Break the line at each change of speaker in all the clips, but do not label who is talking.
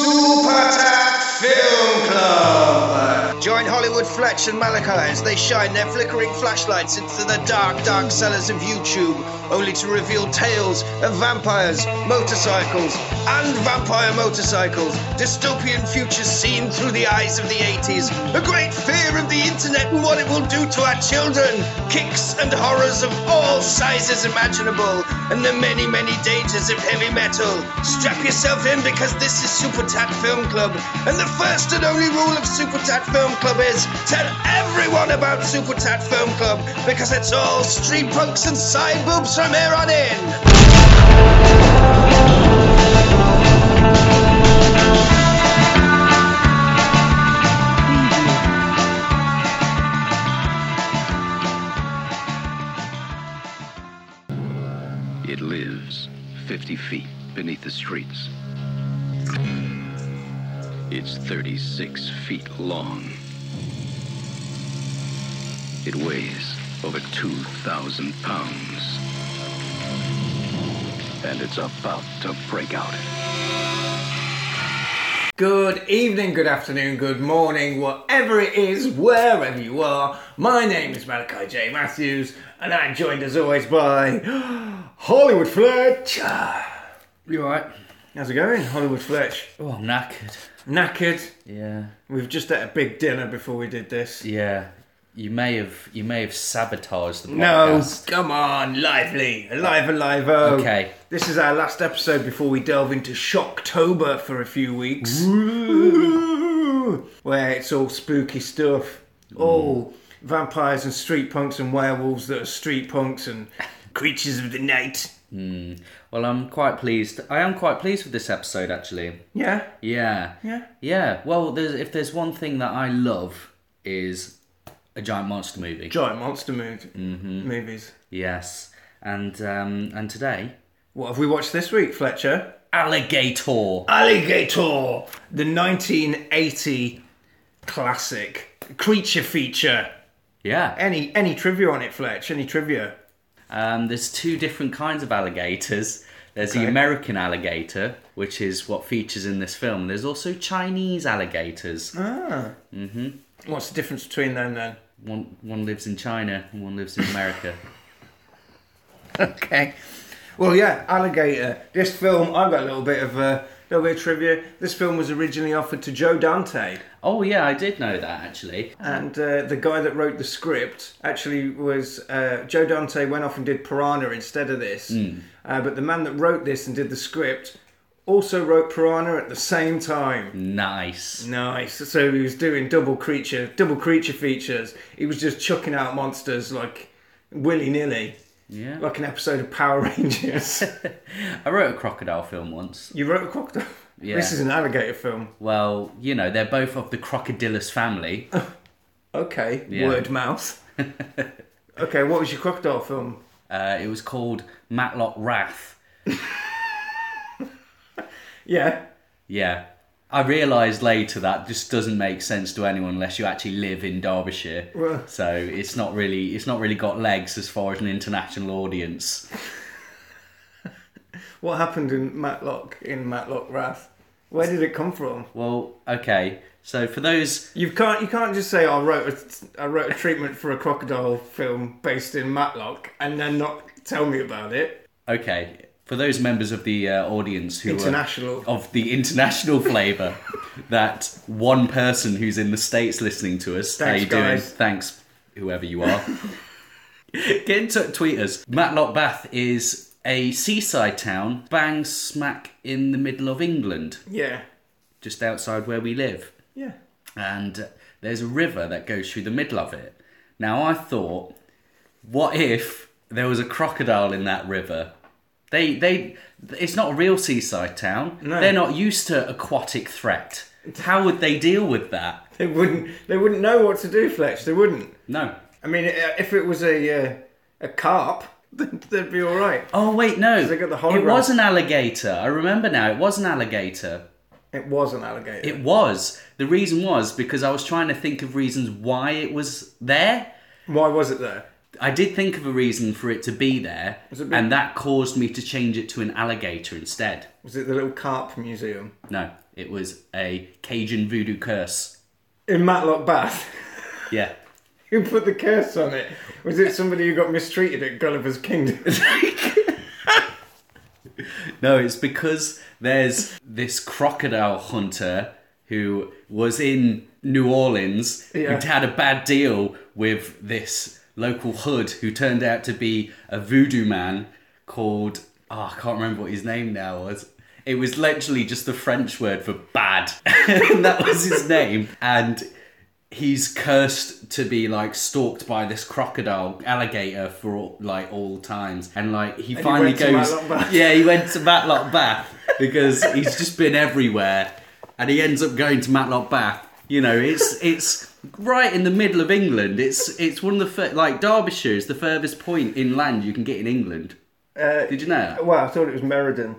Super Tap Film Club! Join Hollywood Fletch and Malachi as they shine their flickering flashlights into the dark, dark cellars of YouTube, only to reveal tales of vampires, motorcycles, and vampire motorcycles, dystopian futures seen through the eyes of the 80s, a great fear of the internet and what it will do to our children, kicks and horrors of all sizes imaginable, and the many, many dangers of heavy metal. Strap yourself in because this is Super Tat Film Club, and the first and only rule of Super Tat Film Club is tell everyone about Super Tat Film Club because it's all street punks and side boobs from here on in.
It lives 50 feet beneath the streets. It's 36 feet long. It weighs over 2,000 pounds. And it's about to break out.
Good evening, good afternoon, good morning, whatever it is, wherever you are. My name is Malachi J. Matthews, and I'm joined as always by Hollywood Fletch.
You alright?
How's it going, Hollywood Fletch?
Oh, I'm knackered.
Knackered.
Yeah.
We've just had a big dinner before we did this.
Yeah. You may have you may have sabotaged the
No,
podcast.
come on, lively, alive, alive. Oh,
Okay.
This is our last episode before we delve into Shocktober for a few weeks, where it's all spooky stuff, all vampires and street punks and werewolves that are street punks and creatures of the night.
Well, I'm quite pleased. I am quite pleased with this episode actually.
Yeah,
Yeah.
Yeah.
Yeah. Well, there's if there's one thing that I love is a giant monster movie.
giant monster mov- movies.
yes. And um and today,
What have we watched this week, Fletcher?
Alligator.
Alligator, the 1980 classic creature feature.
Yeah.
Any any trivia on it, Fletch? Any trivia?
Um, there's two different kinds of alligators. There's
Okay.
the American alligator, which is what features in this film. There's also Chinese alligators.
What's the difference between them then?
One one lives in China and one lives in America.
Okay. Well, yeah, Alligator. This film, I've got a little bit of uh, little bit of trivia. This film was originally offered to Joe Dante,
oh yeah, I did know that actually.
and uh, the guy that wrote the script actually was uh, Joe Dante. Went off and did Piranha instead of this, uh, but the man that wrote this and did the script also wrote Piranha at the same time.
Nice.
Nice. So he was doing double creature, double creature features. He was just chucking out monsters like willy nilly,
Yeah.
like an episode of Power Rangers.
I wrote a crocodile film once.
you wrote a crocodile.
Yeah.
This is an alligator film.
Well, you know, they're both of the crocodilus family.
Okay.
Yeah.
Word mouth. okay. What was your crocodile film?
Uh, it was called Matlock Wrath.
Yeah.
Yeah. I realised later that just doesn't make sense to anyone unless you actually live in Derbyshire.
Well-
So it's not really it's not really got legs as far as an international audience.
What happened in Matlock in Matlock Wrath? Where did it come from?
Well, okay. So for those
You can't you can't just say I wrote a, I wrote a treatment for a crocodile film based in Matlock and then not tell me about it.
Okay, for those members of the uh, audience who
International.
are of the international flavour, that one person who's in the states listening to us,
Thanks,
how you doing?
guys.
Thanks, whoever you are. Get in touch, tweet us. Matlock Bath is a seaside town, bang smack in the middle of England,
Yeah.
just outside where we live
Yeah.
and there's a river that goes through the middle of it. Now I thought, what if there was a crocodile in that river? They they it's not a real seaside town.
No.
They're not used to aquatic threat. How would they deal with that?
They wouldn't. They wouldn't know what to do, Fletch. They wouldn't.
No.
I mean, i- if it was a uh, a carp, then they'd be all right.
Oh wait, no.
they got the
it
hologram. was
was an alligator. I remember now. It was an alligator.
It was an alligator.
It was. The reason was because I was trying to think of reasons why it was there.
Why was it there?
I did think of a reason for it to be there,
Was it big?
and that caused me to change it to an alligator instead.
Was it the little carp museum
No, it was a Cajun voodoo curse.
in Matlock Bath?
Yeah.
Who put the curse on it? Was it somebody who got mistreated at Gulliver's Kingdom?
No, it's because there's this crocodile hunter who was in New Orleans
Yeah.
who'd had a bad deal with this local hood who turned out to be a voodoo man called oh, I can't remember what his name now was. It was literally just the French word for bad. and that was his name. And he's cursed to be like stalked by this crocodile alligator for all, like all times and like he finally
went to
goes
Matlock Bath.
yeah he went to matlock bath because he's just been everywhere and he ends up going to matlock bath you know it's it's right in the middle of england it's it's one of the fur- like derbyshire is the furthest point inland you can get in england
Uh,
did you know that?
well, I thought it was Meriden.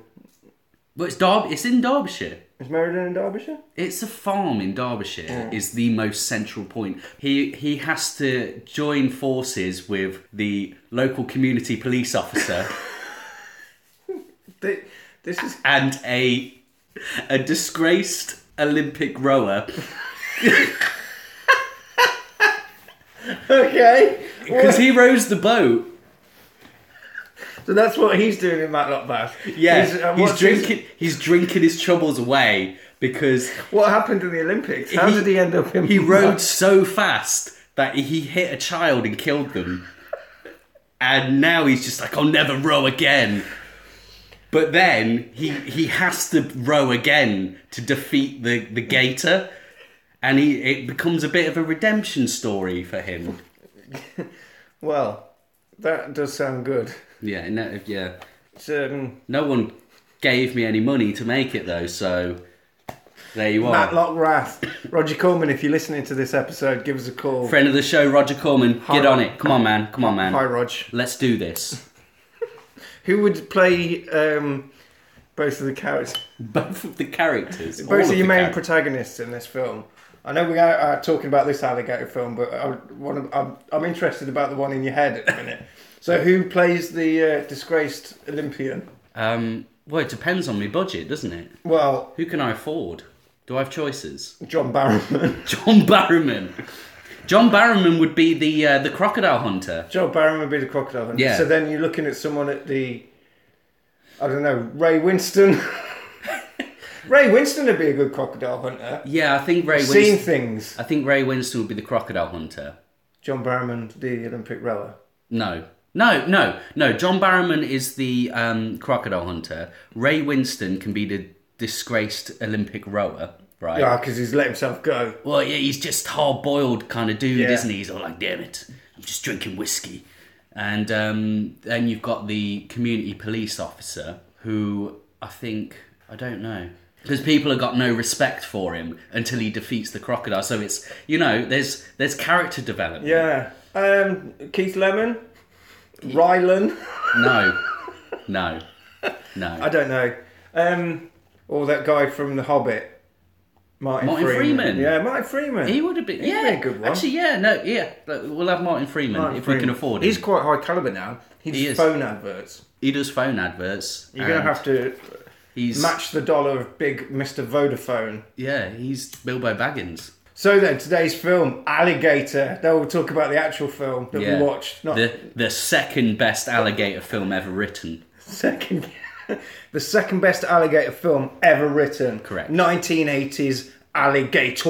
but it's derby it's in derbyshire
Is Meriden in Derbyshire?
It's a farm in Derbyshire is the most central point. He he has to join forces with the local community police officer
Th- This is
and a a disgraced Olympic rower
okay.
because he rows the boat.
So that's what he's doing in Matlock Bath.
Yeah, he's,
uh, what's his-
drinking he's drinking his troubles away because
what happened in the Olympics? How did he end up in?
He rode so fast that he hit a child and killed them. And now he's just like, I'll never row again. But then he he has to row again to defeat the, the gator. And he it becomes a bit of a redemption story for him.
Well, that does sound good.
Yeah, no, yeah.
It's, um,
No one gave me any money to make it though, so there you are.
Matlock Wrath. Roger Coleman, if you're listening to this episode, give us a call.
Friend of the show, Roger Corman,
Hi,
get
Rog.
on it. Come on, man. Come on, man.
Hi, Rog.
Let's do this.
Who would play um, both of the characters?
both of the characters. all
Both of
the
your main
characters.
protagonists in this film. I know we are, are talking about this alligator film, but I want to, I'm, I'm interested about the one in your head at the minute. So, who plays the uh, disgraced Olympian?
um, well, it depends on my budget, doesn't it?
Well,
Who can I afford? Do I have choices?
John Barrowman.
John Barrowman. John Barrowman would be the uh, the crocodile hunter.
John Barrowman would be the crocodile. hunter.
Yeah.
So then you're looking at someone at the, I don't know, Ray Winston. Ray Winston would be a good crocodile hunter.
Yeah, I think Ray.
Seen
Winston,
things.
I think Ray Winston would be the crocodile hunter.
John Barrowman, the Olympic rower.
No, no, no, no. John Barrowman is the um, crocodile hunter. Ray Winston can be the disgraced Olympic rower, right?
Yeah, because he's let himself go.
Well, yeah, he's just hard boiled kind of dude,
Yeah.
isn't he? He's all like, damn it, I'm just drinking whiskey. And um, then you've got the community police officer who I think, I don't know. Because people have got no respect for him until he defeats the crocodile. So it's, you know, there's there's character development.
Yeah. Um, Keith Lemon, Rylan.
No, no, no.
I don't know. Um, or that guy from The Hobbit, Martin,
Martin Freeman.
Yeah, Martin Freeman.
he would have been,
He'd
yeah.
be a good one.
Actually, yeah, no, yeah. Look, We'll have Martin Freeman
Martin
if we can
Freeman.
afford
He's
it.
quite high caliber now. He's
He is.
phone adverts.
He does phone adverts.
You're gonna
and
have to
he's,
match the dollar of big Mr. Vodafone.
Yeah, he's Bilbo Baggins.
So then, today's film, Alligator. Now we'll talk about the actual film that
Yeah.
we watched. Not
The the second best alligator film ever written.
second the second best alligator film ever written
Correct.
1980s alligator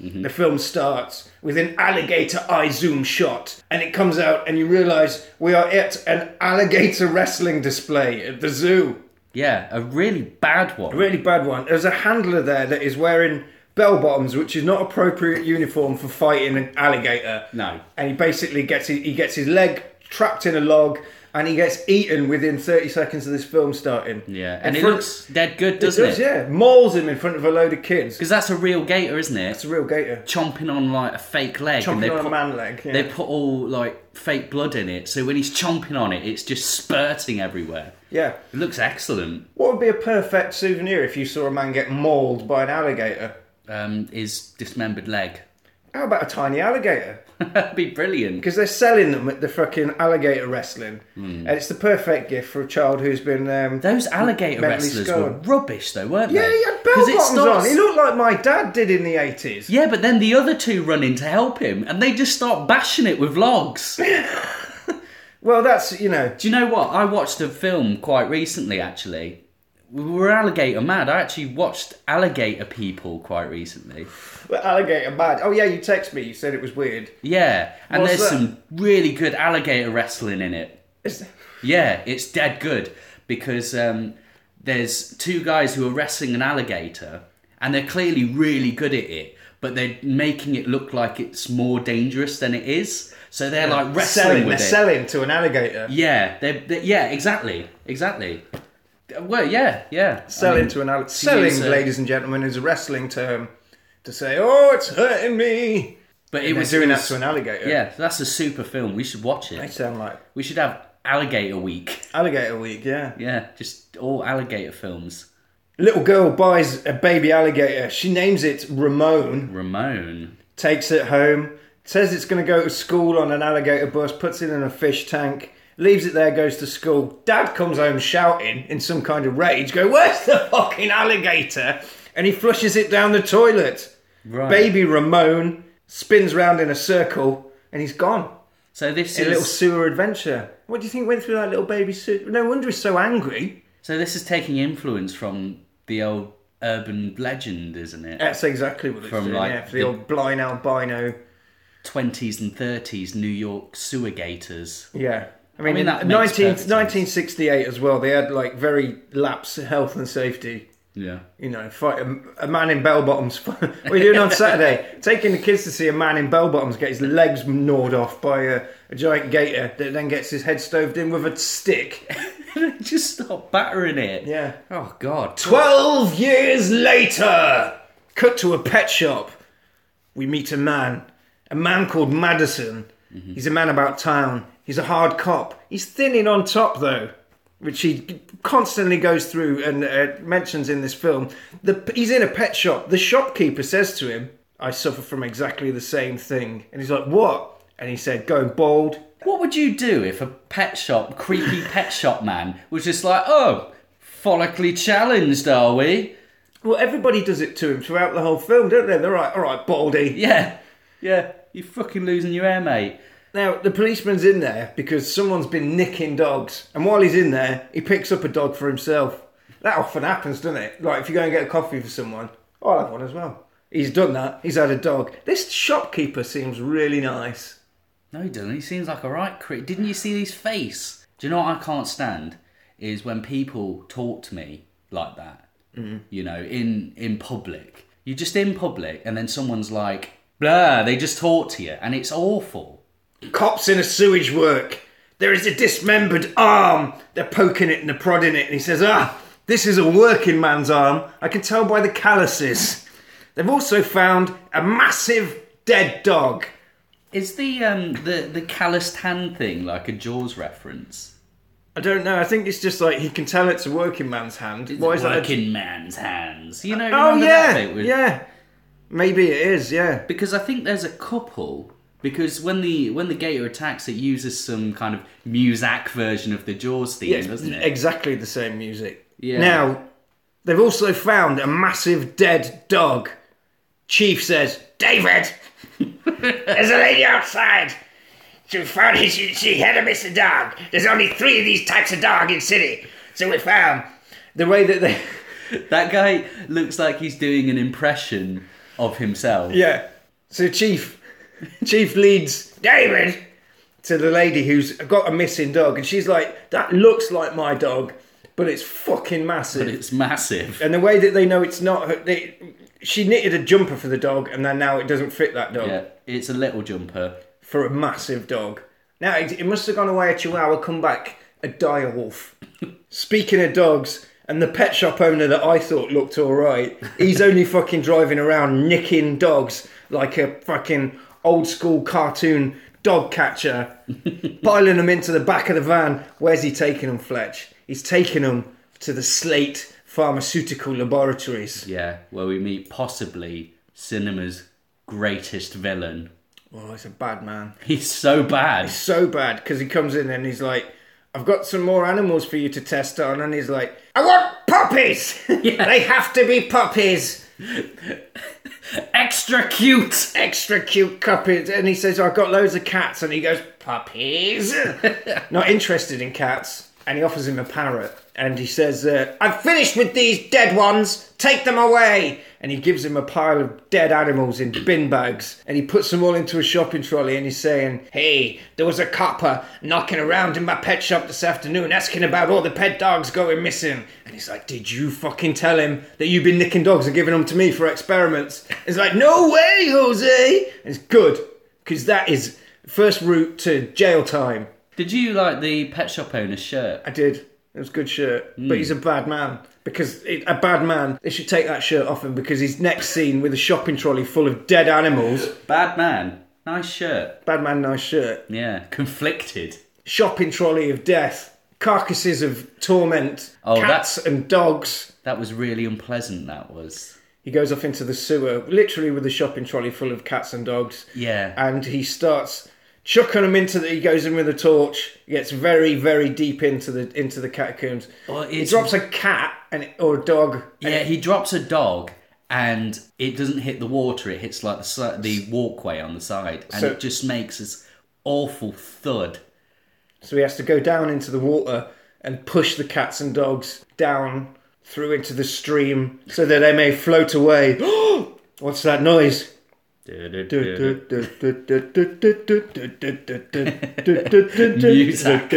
Mm-hmm.
the film starts with an alligator eye zoom shot and it comes out and you realize we are at an alligator wrestling display at the zoo
Yeah, a really bad one.
really bad one there's a handler there that is wearing bell bottoms which is not appropriate uniform for fighting an alligator
No.
and he basically gets his, he gets his leg trapped in a log and he gets eaten within 30 seconds of this film starting
Yeah,
In
and it
front-
looks dead good, doesn't it?
does, yeah mauls him in front of a load of kids
Because that's a real gator, isn't it?
it's a real gator
chomping on like a fake leg, and they
chomping on
put
a man leg yeah.
they put all like fake blood in it. So when he's chomping on it, it's just spurting everywhere.
yeah
It looks excellent.
what would be a perfect souvenir if you saw a man get mauled by an alligator
Um, is dismembered leg.
How about a tiny alligator?
That'd be brilliant.
Because they're selling them at the fucking alligator wrestling,
Hmm.
and it's the perfect gift for a child who's been. Um,
Those alligator
Mentally
wrestlers were
scarred.
rubbish, though, weren't
yeah,
they?
he had
'Cause
bell
it
bottoms
starts-
on. He looked like my dad did in the eighties.
Yeah, but then the other two run in to help him, and they just start bashing it with logs.
Well, that's you know.
Do you know what? I watched a film quite recently, actually. We were alligator mad. I actually watched Alligator People quite recently.
But alligator mad. Oh yeah, you text me. You said it was weird.
Yeah, and
What's
there's
that?
some really good alligator wrestling in it.
It's-
Yeah, it's dead good because um, there's two guys who are wrestling an alligator, and they're clearly really good at it, but they're making it look like it's more dangerous than it is. So they're like wrestling
selling,
with
they're
it.
selling to an alligator.
Yeah, they, they yeah, exactly, exactly. Well, yeah, yeah. I
Selling
mean,
to an alligator.
to
Selling,
use a-
ladies and gentlemen, is a wrestling term to say, "Oh, it's hurting me."
but
It
it
was
was
doing
it
that
was-
to an alligator.
Yeah, that's a super film. We should watch
They
it.
sound like
We should have alligator week.
alligator week. Yeah.
Yeah, just all alligator films.
Little girl buys a baby alligator. She names it Ramon.
Ramon.
Takes it home. Says it's going to go to school on an alligator bus. Puts it in a fish tank. Leaves it there. Goes to school. Dad comes home shouting in some kind of rage. Go, where's the fucking alligator? And he flushes it down the toilet.
Right.
Baby Ramon spins round in a circle and he's gone.
So this
A
is
little sewer adventure. What do you think went through that little baby suit? No wonder he's so angry.
so this is taking influence from the old urban legend, isn't it?
That's exactly what it's
From,
doing.
like,
yeah, for the,
the-
old blind albino.
Twenties and thirties New York sewer gators.
Yeah. I mean,
mean, that
in
makes
19,
perfect sense.
1968 as well, they had like very lapse health and safety.
Yeah.
You know, fight a, a man in bell bottoms. what are you doing on Saturday? Taking the kids to see a man in bell bottoms get his legs gnawed off by a, a giant gator that then gets his head stoved in with a stick.
just stop battering it.
Yeah.
Oh God.
12 years later, cut to a pet shop. We meet a man, a man called Madison. He's a man about town. He's a hard cop. He's thinning on top, though, which he constantly goes through and uh, mentions in this film. The, he's in a pet shop. The shopkeeper says to him, I suffer from exactly the same thing. And he's like, What? And he said, Going bald.
What would you do if a pet shop, creepy pet shop man, was just like, oh, follically challenged, are we?
Well, everybody does it to him throughout the whole film, don't they? They're like, All right, baldy.
Yeah, yeah, you're fucking losing your hair, mate.
Now, the policeman's in there because someone's been nicking dogs, and while he's in there, he picks up a dog for himself. That often happens, doesn't it? Like, if you go and get a coffee for someone, I'll have one as well. He's done that, he's had a dog. This shopkeeper seems really nice.
No, he doesn't. He seems like a right creep. Didn't you see his face? Do you know what I can't stand? Is when people talk to me like that.
Mm-hmm.
Mm. You know, in in public. You're just in public, and then someone's like, blah, they just talk to you, and it's awful.
Cops in a sewage work. There is a dismembered arm. They're poking it and they're prodding it, and he says, Ah, this is a working man's arm. I can tell by the calluses. They've also found a massive dead dog.
Is the um the the calloused hand thing like a Jaws reference?
I don't know. I think it's just like he can tell it's a working man's hand. Why is that? A...
working man's hands? You know,
Oh
remember that
yeah,
bit with-
yeah. Maybe it is. Yeah.
Because I think there's a couple. Because when the when the gator attacks, it uses some kind of Muzak version of the Jaws theme, doesn't it?
Exactly the same music.
Yeah.
Now, they've also found a massive dead dog. Chief says, David, there's a lady outside. She found it. She, she had a missing dog. There's only three of these types of dog in city, so we found. The way that they.
that guy looks like he's doing an impression of himself.
Yeah. So Chief Chief leads David to the lady who's got a missing dog, and she's like, "That looks like my dog, but it's fucking massive."
It's massive.
and the way that they know it's not, her, they, she knitted a jumper for the dog, and then now it doesn't fit that dog
Yeah, it's a little jumper.
for a massive dog. Now it, it must have gone away a chihuahua, come back a dire wolf. Speaking of dogs. And the pet shop owner that I thought looked all right, he's only fucking driving around nicking dogs like a fucking old school cartoon dog catcher, piling them into the back of the van. Where's he taking them, Fletch? He's taking them to the Slate Pharmaceutical Laboratories.
Yeah, where we meet possibly cinema's greatest villain.
Well, it's a bad man.
He's so bad.
So bad because he comes in and he's like, I've got some more animals for you to test on. And he's like, I want puppies! they have to be puppies!
Extra cute.
Extra cute puppies. And he says, I've got loads of cats. And he goes, Puppies! Not interested in cats. And he offers him a parrot. And he says, uh, I've finished with these dead ones. Take them away. And he gives him a pile of dead animals in bin bags. And he puts them all into a shopping trolley. And he's saying, Hey, there was a copper knocking around in my pet shop this afternoon asking about all the pet dogs going missing. And he's like, Did you fucking tell him that you've been nicking dogs and giving them to me for experiments? He's like, No way, Jose. And it's good. Because that is first route to jail time.
Did you like the pet shop owner's shirt?
I did. It was a good shirt, but he's a bad man because it, a bad man. They should take that shirt off him because he's next seen with a shopping trolley full of dead animals.
Bad man. Nice shirt.
Bad man, nice shirt.
Yeah. Conflicted.
Shopping trolley of death, carcasses of torment,
Oh,
cats and dogs.
That was really unpleasant. That was.
He goes off into the sewer, literally with a shopping trolley full of cats and dogs.
Yeah.
and he starts chucking them into the. He goes in with a torch, gets very, very deep into the into the catacombs.
Well,
he
it's-
drops a cat and it- or a dog. and
yeah. He drops a dog. And it doesn't hit the water; it hits like the si- the walkway on the side, and
So-
it just makes this awful thud.
So he has to go down into the water and push the cats and dogs down through into the stream so that they may float away. What's that noise?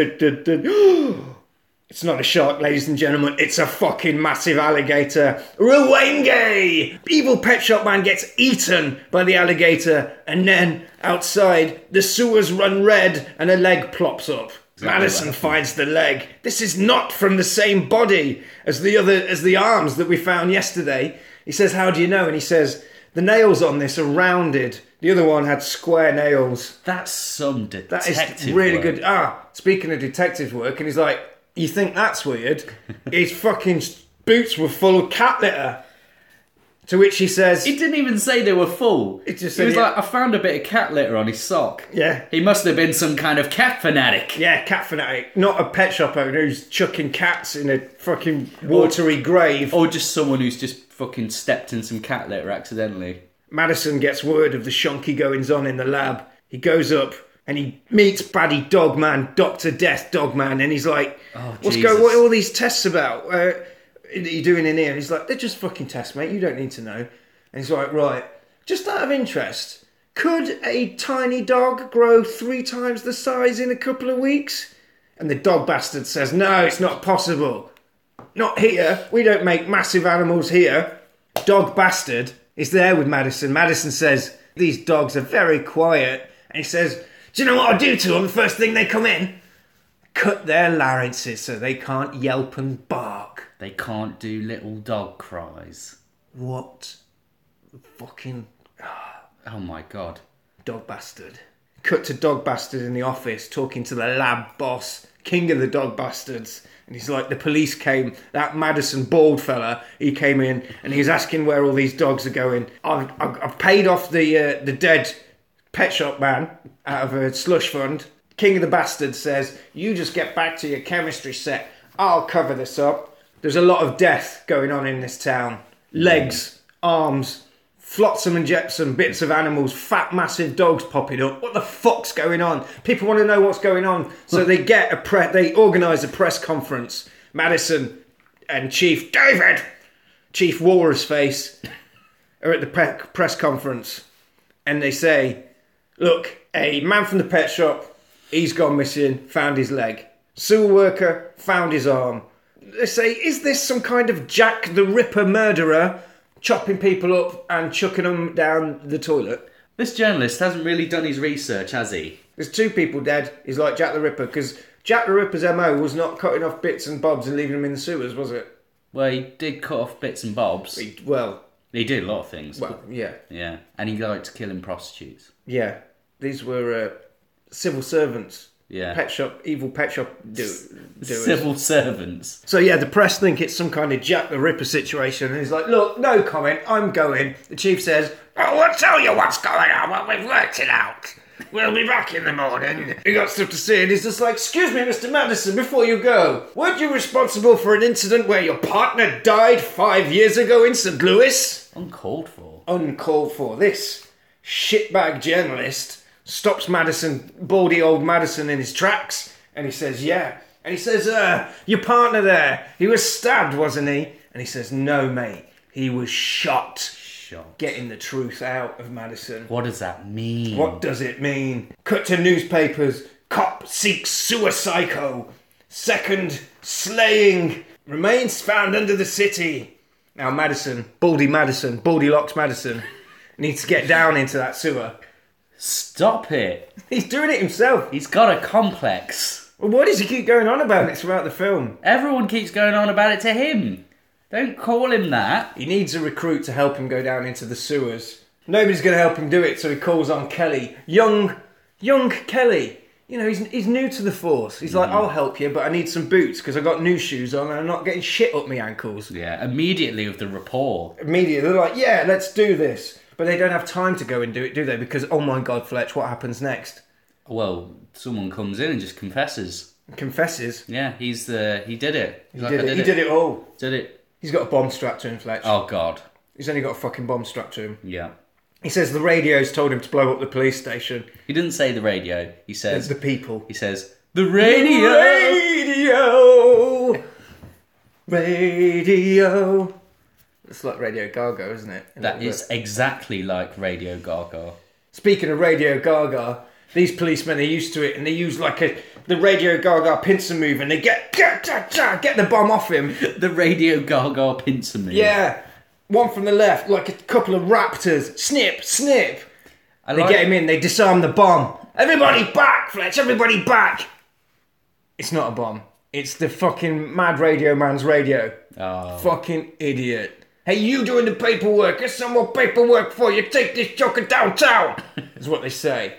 It's not a shark, ladies and gentlemen. It's a fucking massive alligator. Ruwenge! Evil pet shop man gets eaten by the alligator, and then outside, the sewers run red and a leg plops up. Madison
what
finds the leg. This is not from the same body as the other as the arms that we found yesterday. He says, "How do you know?" And he says, "The nails on this are rounded. The other one had square nails."
That's some
That
detective.
is really
work.
good. Ah, speaking of detective work, and he's like, "You think that's weird?" His fucking boots were full of cat litter. To which he says,
He didn't even say they were full.
It just
he
said
was
he-
like, I found a bit of cat litter on his sock.
Yeah.
He must have been some kind of cat fanatic.
"Yeah, cat fanatic, not a pet shop owner who's chucking cats in a fucking watery grave."
Or just someone who's just fucking stepped in some cat litter accidentally.
Madison gets word of the shonky goings on in the lab. He goes up and he meets Baddy Dogman, Doctor Death Dogman, and he's like,
Oh,
"What's
Jesus.
going? What are all these tests about? Uh, that you doing in here?" He's like, "They're just fucking tests, mate. You don't need to know." And he's like, "Right, just out of interest, could a tiny dog grow three times the size in a couple of weeks?" And the dog bastard says, "No, it's not possible. Not here. We don't make massive animals here." dog bastard is there with Madison. Madison says, These dogs are very quiet. And he says, Do you know what I do to them the first thing they come in? Cut their larynxes so they can't yelp and bark.
They can't do little dog cries.
What fucking
Oh my god.
dog bastard? Cut to dog bastard in the office talking to the lab boss, king of the dog bastards. And he's like, the police came, that Madison bald fella, he came in and he's asking where all these dogs are going. I've, I've, I've paid off the, uh, the dead pet shop man out of a slush fund. King of the Bastards says, You just get back to your chemistry set. I'll cover this up. There's a lot of death going on in this town legs, arms, flotsam and jetsam, bits of animals, fat, massive dogs popping up. What the fuck's going on? People want to know what's going on. So they get a pre- they organise a press conference. Madison and Chief David, Chief Walrus Face, are at the pre- press conference and they say, Look, a man from the pet shop, he's gone missing, found his leg. Sewer worker, found his arm. They say, Is this some kind of Jack the Ripper murderer chopping people up and chucking them down the toilet?
This journalist hasn't really done his research, has he?
There's two people dead. He's like Jack the Ripper because Jack the Ripper's MO was not cutting off bits and bobs and leaving them in the sewers, was it?
Well, he did cut off bits and bobs.
He- Well,
He did a lot of things.
well, yeah.
Yeah. And he liked killing prostitutes.
Yeah. These were uh, civil servants.
Yeah.
pet shop, evil pet shop do, doers.
Civil servants.
So yeah, the press think it's some kind of Jack the Ripper situation, and he's like, "Look, no comment. I'm going." The chief says, "Oh, we'll tell you what's going on when we've worked it out. We'll be back in the morning." He got stuff to say, and he's just like, "Excuse me, Mr. Madison, before you go, weren't you responsible for an incident where your partner died five years ago in St. Louis?"
Uncalled for.
Uncalled for. This shitbag journalist stops Madison, baldy old Madison, in his tracks, and he says, "Yeah." And he says, uh, "Your partner there, he was stabbed, wasn't he?" And he says, "No, mate, he was shot."
Shot.
Getting the truth out of Madison.
What does that mean?
What does it mean? Cut to newspapers. Cop seeks suicyco. Second slaying. Remains found under the city. Now Madison, Baldy Madison, Baldy Locks Madison, needs to get down into that sewer.
Stop it.
He's doing it himself.
He's got a complex.
Well, What does he keep going on about it throughout the film?
Everyone keeps going on about it to him. Don't call him that.
He needs a recruit to help him go down into the sewers. Nobody's going to help him do it, so he calls on Kelly, young, young Kelly. You know, he's, he's new to the force. He's
Mm-hmm.
like, I'll help you, but I need some boots because I got new shoes on and I'm not getting shit up my ankles.
Yeah, immediately with the rapport.
Immediately, they're like, yeah, let's do this. But they don't have time to go and do it, do they? Because, oh my God, Fletch, what happens next?
Well, someone comes in and just confesses.
Confesses.
Yeah, he's the he did it. He's
He, did, it. he did it all.
Did it.
He's got a bomb strapped to him, Fletch.
Oh God.
He's only got a fucking bomb strapped to him.
Yeah.
He says the radio's told him to blow up the police station.
He didn't say the radio. He
It's
says
the people.
he says the radio.
Radio. Radio. It's like Radio Gaga, isn't it? A
That
little
is
bit.
exactly like Radio Gaga.
Speaking of Radio Gaga, these policemen are used to it, and they use like a the Radio Gaga pincer move, and they get get get, get, get the bomb off him.
The Radio Gaga pincer move.
Yeah. One from the left, like a couple of raptors. Snip, snip.
I
They
like-
get him in. They disarm the bomb. Everybody back, Fletch. Everybody back. It's not a bomb. It's the fucking mad radio man's radio.
Oh.
Fucking idiot. Hey, you doing the paperwork? There's some more paperwork for you. Take this joker downtown. is what they say.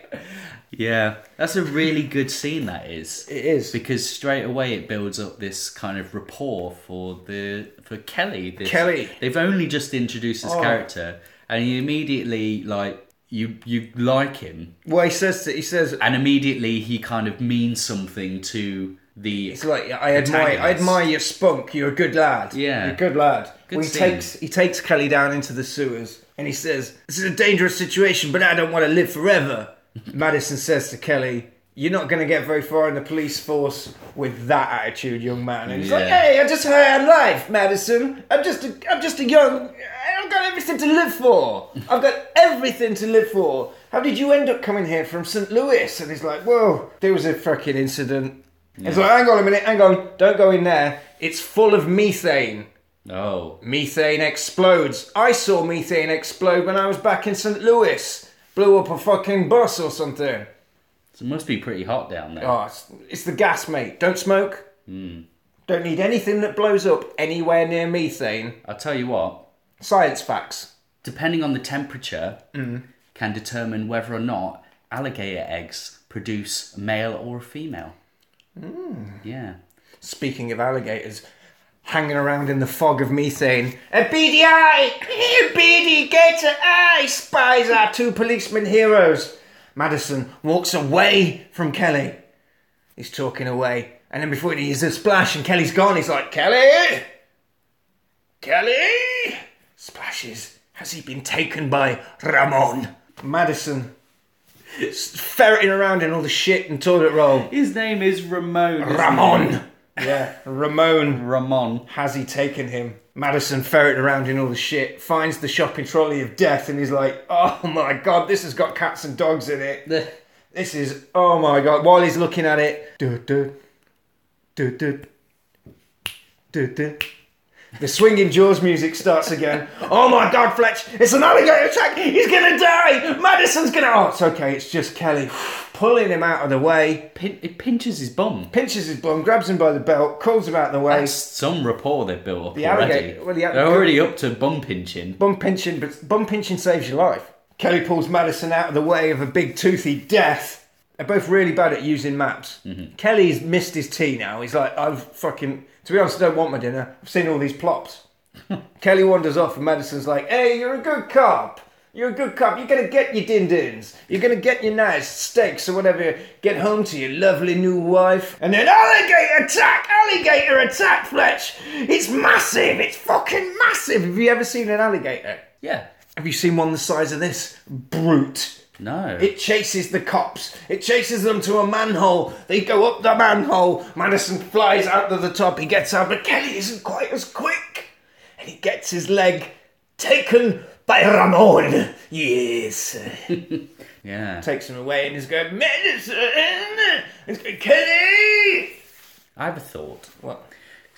Yeah, that's a really good scene. That is
It is.
because straight away it builds up this kind of rapport for the for Kelly. Oh. This,
Kelly.
they've only just introduced his character, and you immediately like you you like him,
Well, he says that he says
and immediately he kind of means something to the.
it's like I admire, I
Antagonist.
admire your spunk. You're a good lad.
Yeah.
you're a good lad.
Good
well, he
scene.
takes he takes Kelly down into the sewers and he says, "This is a dangerous situation, but I don't want to live forever." Madison says to Kelly, "You're not going to get very far in the police force with that attitude, young man." And he's like,
Yeah.
"Hey, I'm just high on life, Madison. I'm just a, I'm just a young. I've got everything to live for. I've got everything to live for." How did you end up coming here from St. Louis? And he's like, "Whoa, there was a fucking incident." It's like, hang on a minute, hang on, don't go in there. It's full of methane.
oh,
Methane explodes. I saw methane explode when I was back in St. Louis. Blew up a fucking bus or something.
so it must be pretty hot down there.
Oh, it's, it's the gas, mate. Don't smoke. Don't need anything that blows up anywhere near methane.
I'll tell you what.
Science facts.
Depending on the temperature, can determine whether or not alligator eggs produce a male or a female. Yeah.
Speaking of alligators, hanging around in the fog of methane. A BDI! Here, BD, get to I! Spies are two policeman heroes. Madison walks away from Kelly. He's talking away. And then before he does a splash and Kelly's gone, he's like, Kelly! Kelly! Splashes. Has he been taken by Ramon? Madison s- ferreting around in all the shit and toilet roll.
His name is Ramon. isn't
Ramon! Yeah, Ramon.
it? Ramon.
Has he taken him? Madison ferret around in all the shit, finds the shopping trolley of death, and he's like, oh my god, this has got cats and dogs in it. This is, oh my god, while he's looking at it. Do, do, do, do, do, do. The swinging Jaws music starts again. Oh my god, Fletch, it's an alligator attack! He's gonna die! Madison's gonna. Oh, it's okay, it's just Kelly pulling him out of the way,
Pin- it pinches his bum.
pinches his bum, grabs him by the belt, calls him out of the way.
That's some rapport they've built up
The
already.
alligator- well, the alli-
They're already up to bum pinching.
Bum pinching, but bum pinching saves your life. Kelly pulls Madison out of the way of a big toothy death. are both really bad at using maps. Kelly's missed his tea now. He's like, I've fucking. To be honest, I don't want my dinner. I've seen all these plops. Kelly wanders off, and Madison's like, "Hey, you're a good cop. You're a good cop. You're gonna get your din dins. You're gonna get your nice steaks or whatever. Get home to your lovely new wife." And then alligator attack, alligator attack, Fletch. It's massive. It's fucking massive. Have you ever seen an alligator?
Yeah.
Have you seen one the size of this? Brute.
No.
It chases the cops. It chases them to a manhole. They go up the manhole. Madison flies out to the top. He gets out, but Kelly isn't quite as quick. And he gets his leg taken by Ramon. Yes.
yeah.
Takes him away and he's going, Madison! He's going, Kelly!
I have a thought.
What?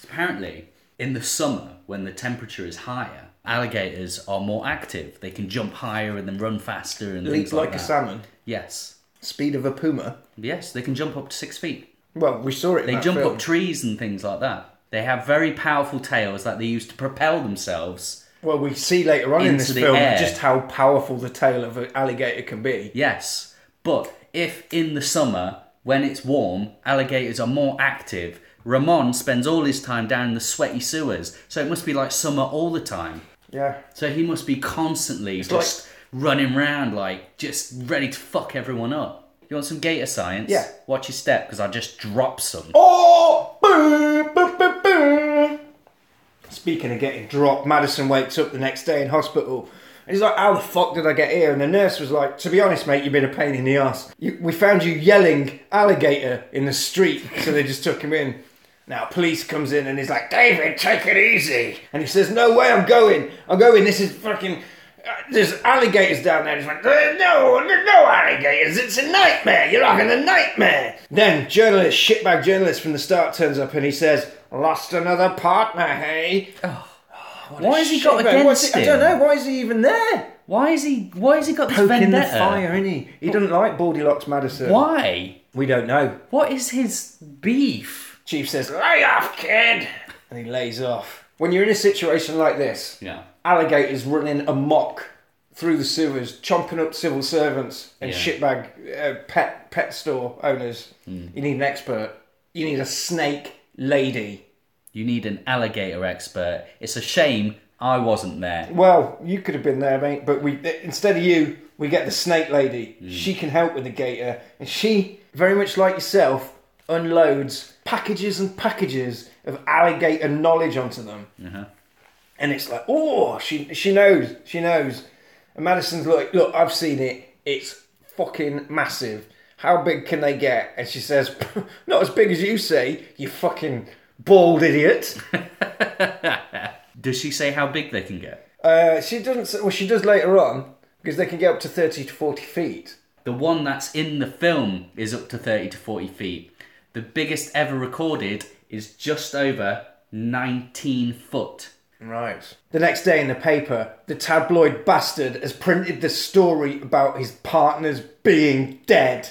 Apparently, in the summer, when the temperature is higher, alligators are more active. They can jump higher and then run faster and
Leaps
things
like,
like,
a
that.
salmon.
Yes.
Speed of a puma.
Yes, they can jump up to six feet.
Well, we saw it. in
They
that
jump
film.
up trees and things like that. They have very powerful tails that they use to propel themselves.
well, we see later on in
into
this
the
film
air.
just how powerful the tail of an alligator can be.
Yes, but if in the summer, when it's warm, alligators are more active, Ramon spends all his time down in the sweaty sewers, so it must be like summer all the time.
Yeah.
So he must be constantly
like-
just running round, like just ready to fuck everyone up. You want some gator science?
Yeah.
Watch your step, because I just drop some.
Oh, boom, boom, boom, boom. Speaking of getting dropped, Madison wakes up the next day in hospital. And he's like, how the fuck did I get here? And the nurse was like, to be honest, mate, you've been a pain in the ass. You, we found you yelling alligator in the street, so they just took him in. Now, police comes in and he's like, David, take it easy. And he says, no way, I'm going. I'm going. This is fucking... Uh, there's alligators down there. He's like, "Uh, no, no, no alligators. It's a nightmare. You're having a nightmare. Then journalist, shitbag journalist from the start turns up and he says, lost another partner, hey?
Why has he got
Shitbag. Oh, What's
against
he-
him?
I don't know. Why is he even there?
Why is he? Why has he got this
Poking the
vendetta?
fire, isn't he? He doesn't like Baldylocks Madison.
Why?
We don't know.
What is his beef?
Chief says, lay off, kid. And he lays off. When you're in a situation like this,
Yeah.
alligators running amok through the sewers, chomping up civil servants and
Yeah.
shitbag uh, pet pet store owners. You need an expert. You need a snake lady.
You need an alligator expert. It's a shame I wasn't there.
Well, you could have been there, mate, but we instead of you, we get the snake lady. She can help with the gator, and she, very much like yourself, unloads packages and packages of alligator knowledge onto them. And it's like, oh, she she knows, she knows. And Madison's like, look, I've seen it. It's fucking massive. How big can they get? And she says, not as big as you say, you fucking bald idiot.
Does she say how big they can get?
Uh, she doesn't. Well, she does later on because they can get up to thirty to forty feet.
The one that's in the film is up to 30 to 40 feet. The biggest ever recorded is just over 19 foot.
Right. The next day in the paper, the tabloid bastard has printed the story about his partner's being dead.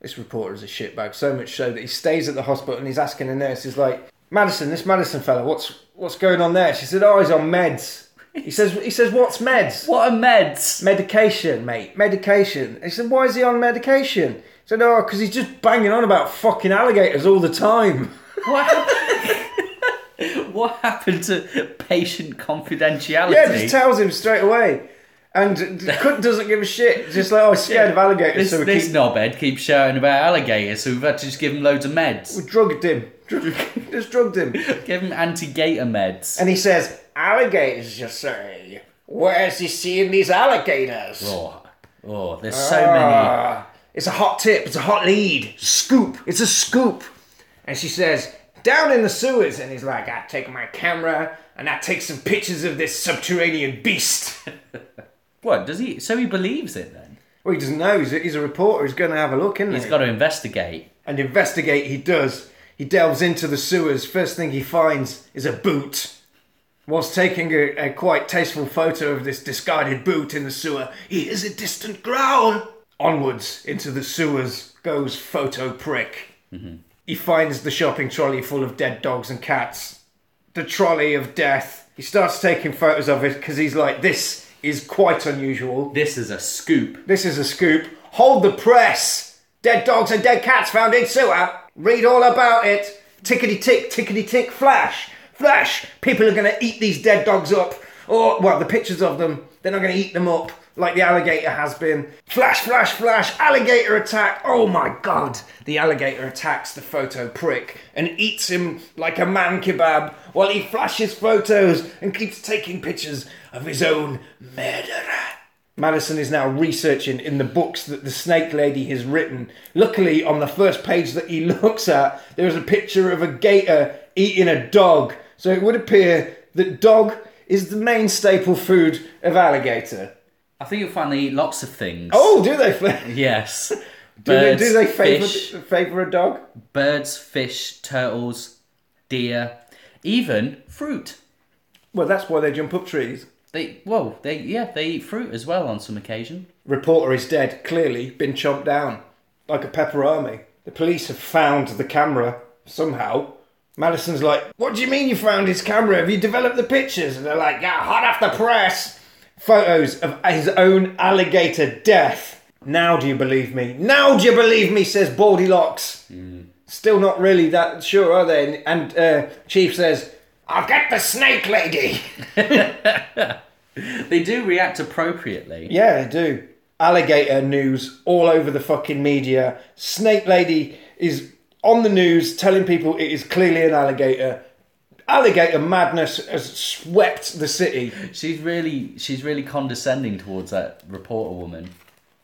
This reporter is a shitbag, so much so that he stays at the hospital and he's asking the nurse, he's like, Madison, this Madison fella, what's what's going on there? She said, Oh, he's on meds. He says, he says, what's meds?
What a meds!
Medication, mate. Medication. He said, why is he on medication? He said, oh, because he's just banging on about fucking alligators all the time.
What happened, what happened to patient confidentiality?
Yeah, just tells him straight away. And Cook doesn't give a shit. Just like, oh, he's scared of alligators,
This,
so we
this
keep...
knobhead keeps shouting about alligators, so we've had to just give him loads of meds.
We drugged him. Drug- just drugged him.
Give him anti-gator meds.
And he says, alligators, you say? Where's he seeing these alligators?
Oh, oh, there's so many.
Ah, it's a hot tip. It's a hot lead. Scoop. It's a scoop. And she says, down in the sewers. And he's like, I take my camera and I take some pictures of this subterranean beast.
What does he? So he believes it then.
Well, he doesn't know. He's a, he's a reporter. He's going to have a look, isn't
He's
he?
got to investigate.
and investigate he does. He delves into the sewers. First thing he finds is a boot. Whilst taking a, a quite tasteful photo of this discarded boot in the sewer, he hears a distant growl. Onwards into the sewers goes Photo Prick. He finds the shopping trolley full of dead dogs and cats. The trolley of death. He starts taking photos of it because he's like, this is quite unusual.
This is a scoop.
This is a scoop. Hold the press. Dead dogs and dead cats found in sewer. Read all about it. Tickety tick, tickety tick, flash, flash. People are going to eat these dead dogs up. Or, well, the pictures of them. They're not going to eat them up like the alligator has been. Flash, flash, flash. Alligator attack. Oh my god. The alligator attacks the photo prick and eats him like a man kebab while he flashes photos and keeps taking pictures of his own murderer. Madison is now researching in the books that the Snake Lady has written. Luckily, on the first page that he looks at, there is a picture of a gator eating a dog. So it would appear that dog is the main staple food of alligator.
I think you'll find they eat lots of things.
Oh, do they? Fla-
Yes.
do they,
Birds,
do they favor,
fish,
favor a dog?
birds, fish, turtles, deer, even fruit.
Well, that's why they jump up trees.
They well, they yeah, they eat fruit as well on some occasion.
Reporter is dead, clearly been chomped down like a pepper army. The police have found the camera somehow. Madison's like, What do you mean you found his camera? Have you developed the pictures? And they're like, Yeah, hot off the press. Photos of his own alligator death. Now do you believe me? Now do you believe me? says Baldy Locks. Still not really that sure, are they? And, and uh, Chief says, I'll get the snake lady.
They do react appropriately.
Yeah, they do. Alligator news all over the fucking media. Snake Lady is on the news telling people it is clearly an alligator. Alligator madness has swept the city.
She's really she's really condescending towards that reporter woman.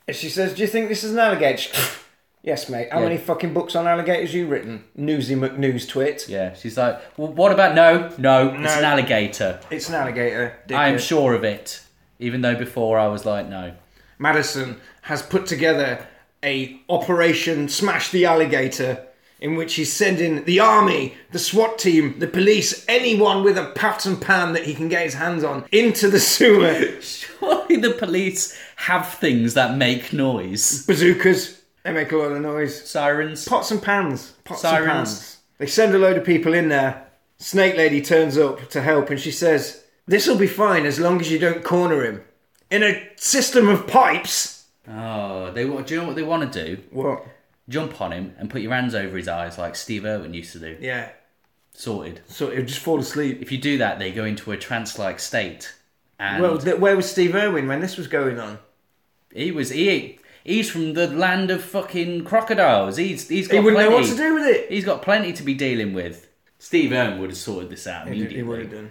And she says, Do you think this is an alligator? yes, mate. How
Yeah.
many fucking books on alligators you written? Newsy McNews twit.
Yeah, she's like, well, what about no, no, it's an alligator.
It's an alligator.
I am
dickhead.
sure of it. Even though before I was like, no.
Madison has put together a operation smash the alligator in which he's sending the army, the SWAT team, the police, anyone with a pat and pan that he can get his hands on into the sewer.
Surely the police have things that make noise.
Bazookas, they make a lot of noise.
Sirens.
Pots and pans, pots
Sirens.
and pans. They send a load of people in there. Snake Lady turns up to help and she says, This'll be fine as long as you don't corner him. In a system of pipes.
Oh, they wa- do you know what they want to do?
What?
Jump on him and put your hands over his eyes like Steve Irwin used to do.
Yeah.
Sorted.
So he'll just fall asleep.
If you do that, they go into a trance-like state. And
Well, th- where was Steve Irwin when this was going on?
he was he he's from the land of fucking crocodiles. He's he's got
He wouldn't know what
plenty-
to do with it.
He's got plenty to be dealing with. Steve Irwin would have sorted this out immediately.
done.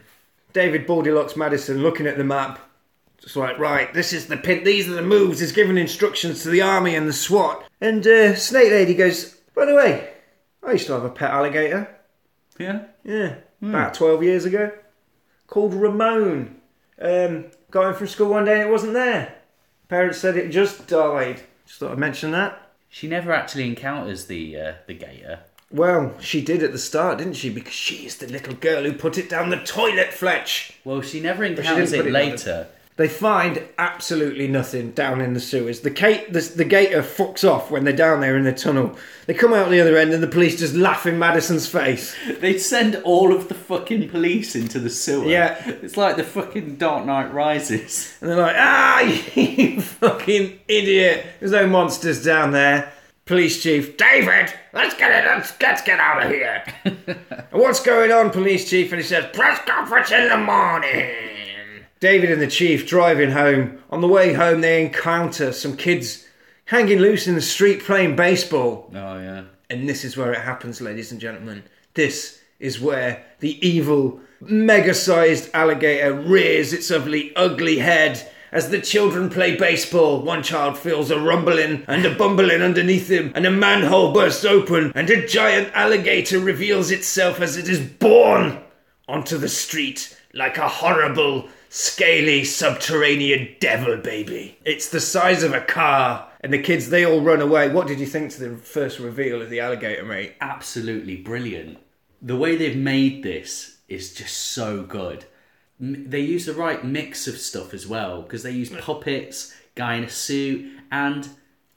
David Baldylocks Madison looking at the map, just like right, this is the pin. These are the moves. Is giving instructions to the army and the SWAT. And uh, Snake Lady goes, by the way, I used to have a pet alligator.
Yeah.
Yeah, about twelve years ago, called Ramon. Um, got him from school one day and it wasn't there. Parents said it just died. Just thought I'd mention that.
She never actually encounters the uh, the gator.
Well, she did at the start, didn't she? Because she is the little girl who put it down the toilet, Fletch.
Well, she never
didn't
encounters
put
it
it on
later.
They find absolutely nothing down in the sewers. The, gate, the, the gator fucks off when they're down there in the tunnel. They come out the other end and the police just laugh in Madison's face.
They send all of the fucking police into the sewer.
Yeah.
It's like the fucking Dark Knight Rises.
And they're like, ah, you fucking idiot. There's no monsters down there. Police chief, David, let's get it, let's, let's get out of here. and what's going on, police chief? And he says, press conference in the morning. David and the chief driving home. On the way home, they encounter some kids hanging loose in the street playing baseball.
Oh, yeah.
And this is where it happens, ladies and gentlemen. This is where the evil, mega sized alligator rears its ugly, ugly head. As the children play baseball, one child feels a rumbling and a bumbling underneath him, and a manhole bursts open, and a giant alligator reveals itself as it is born onto the street like a horrible, scaly, subterranean devil baby. It's the size of a car. And the kids, they all run away. What did you think to the first reveal of the alligator, mate?
Absolutely brilliant. The way they've made this is just so good. M- They use the right mix of stuff as well, because they use puppets, guy in a suit, and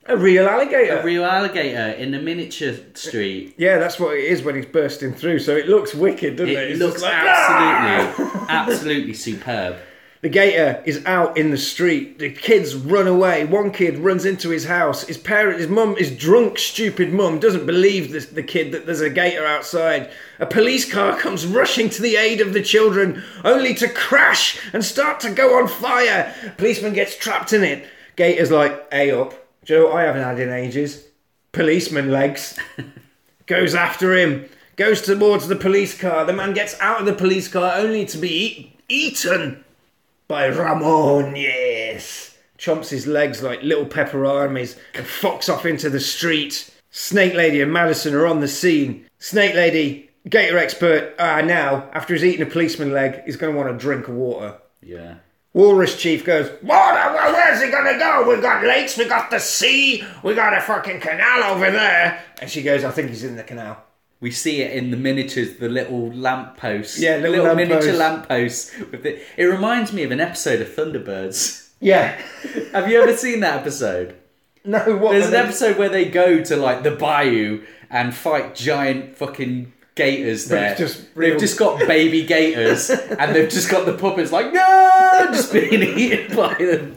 A real alligator.
a real alligator in the miniature street.
yeah, that's what it is when he's bursting through. So it looks wicked, doesn't it?
It
It's
looks
just like, "Ah!"
absolutely, absolutely superb.
The gator is out in the street. The kids run away. One kid runs into his house. His parent, his mum, his drunk, stupid mum doesn't believe this, the kid that there's a gator outside. A police car comes rushing to the aid of the children, only to crash and start to go on fire. Policeman gets trapped in it. Gator's like, "A up." Do you know what I haven't had in ages? Policeman legs. goes after him, goes towards the police car. The man gets out of the police car only to be eat- eaten by Ramon, yes. Chomps his legs like little pepper armies and fucks off into the street. Snake Lady and Madison are on the scene. Snake Lady, gator expert, ah, now, after he's eaten a policeman leg, he's going to want a drink of water.
Yeah.
Walrus Chief goes, Water, well, where's he gonna go? We've got lakes, we got the sea, we got a fucking canal over there. And she goes, I think he's in the canal.
We see it in the miniatures, the little lampposts.
Yeah, little
little
lampposts.
miniature lampposts. With the, it reminds me of an episode of Thunderbirds.
Yeah.
Have you ever seen that episode?
no, what?
There's
were
an
they-
episode where they go to like the bayou and fight giant fucking gators there.
it's just real-
They've just got baby gators and they've just got the puppets like no, just being eaten by them.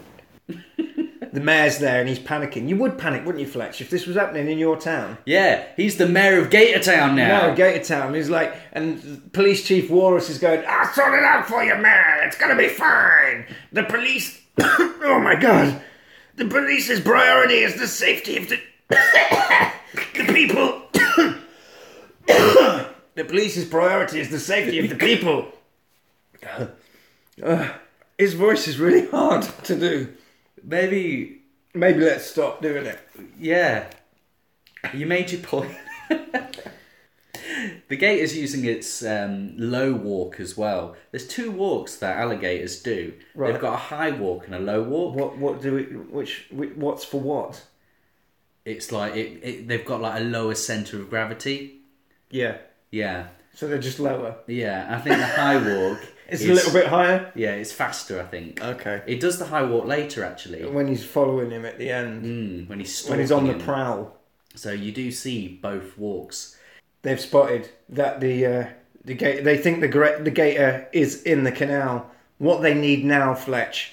The mayor's there and he's panicking. You would panic, wouldn't you, Fletch, if this was happening in your town?
Yeah, he's the mayor of Gator Town now.
No, Gator Town. He's like, and Police Chief Walrus is going, I'll sort it out for you, man. It's gonna be fine. The police. oh my god. The police's priority is the safety of the. the people. the police's priority is the safety of the people. Ugh. his voice is really hard to do.
Maybe
Maybe let's stop doing it.
yeah. You made your point. the gator's using its um, low walk as well. There's two walks that alligators do.
Right.
They've got a high walk and a low walk.
What? What do we? Which? whi- What's for what?
it's like it, it they've got like a lower center of gravity
Yeah.
yeah
So they're just lower.
yeah i think the high walk
It's
is-
a little bit higher.
yeah it's faster i think
Okay.
it does the high walk later actually
When he's following him at the end,
mm, when he's
when he's on the
stalking him.
prowl,
so you do see both walks
they've spotted that the uh, the gate. They think the gra- the gator is in the canal. What they need now, Fletch,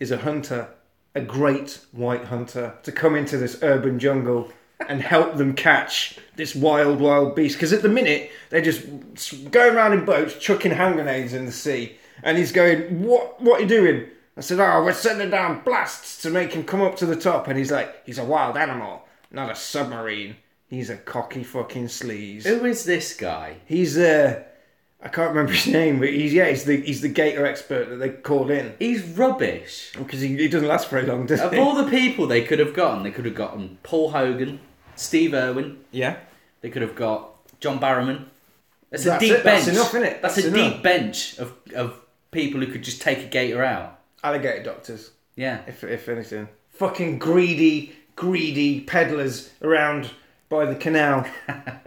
is a hunter, a great white hunter, to come into this urban jungle and help them catch this wild, wild beast. Because at the minute they're just s- going around in boats, chucking hand grenades in the sea, and he's going, "What? What are you doing?" I said, "Oh, we're sending down blasts to make him come up to the top." And he's like, "He's a wild animal, not a submarine." He's a cocky fucking sleaze.
who is this guy
He's uh, I can't remember his name, but he's yeah, he's the he's the gator expert that they called in
he's rubbish
because he, he doesn't last very long, does
of
he?
all the people they could have gotten they could have gotten paul hogan steve irwin
yeah,
they could have got john barrowman that's a
That's
deep
it,
bench
that's enough, innit?
that's,
That's
a
enough.
deep bench of, of people who could just take a gator out
alligator doctors,
yeah
if if anything. Fucking greedy, greedy peddlers around by the canal,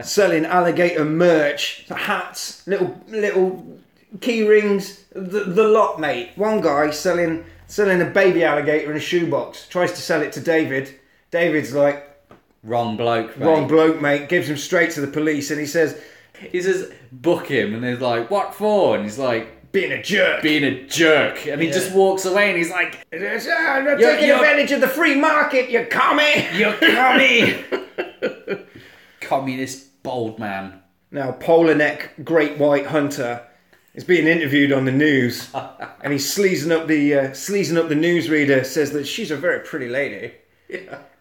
selling alligator merch, hats, little little key rings, the, the lot, mate. One guy selling selling a baby alligator in a shoebox tries to sell it to David. David's like,
Wrong bloke. Mate.
Wrong bloke, mate. Gives him straight to the police, and he says,
He says, book him. And they're like, what for? And he's like,
"Being a jerk."
being a jerk. And he just walks away and he's like,
He says, "Ah, you're
You're-
taking
you're-
advantage of the free market, you commie.
you commie! Communist bold man.
Now, Polanek, Great White Hunter, is being interviewed on the news, and he's sleazing up the uh, sleazing up the newsreader. Says that she's a very pretty lady,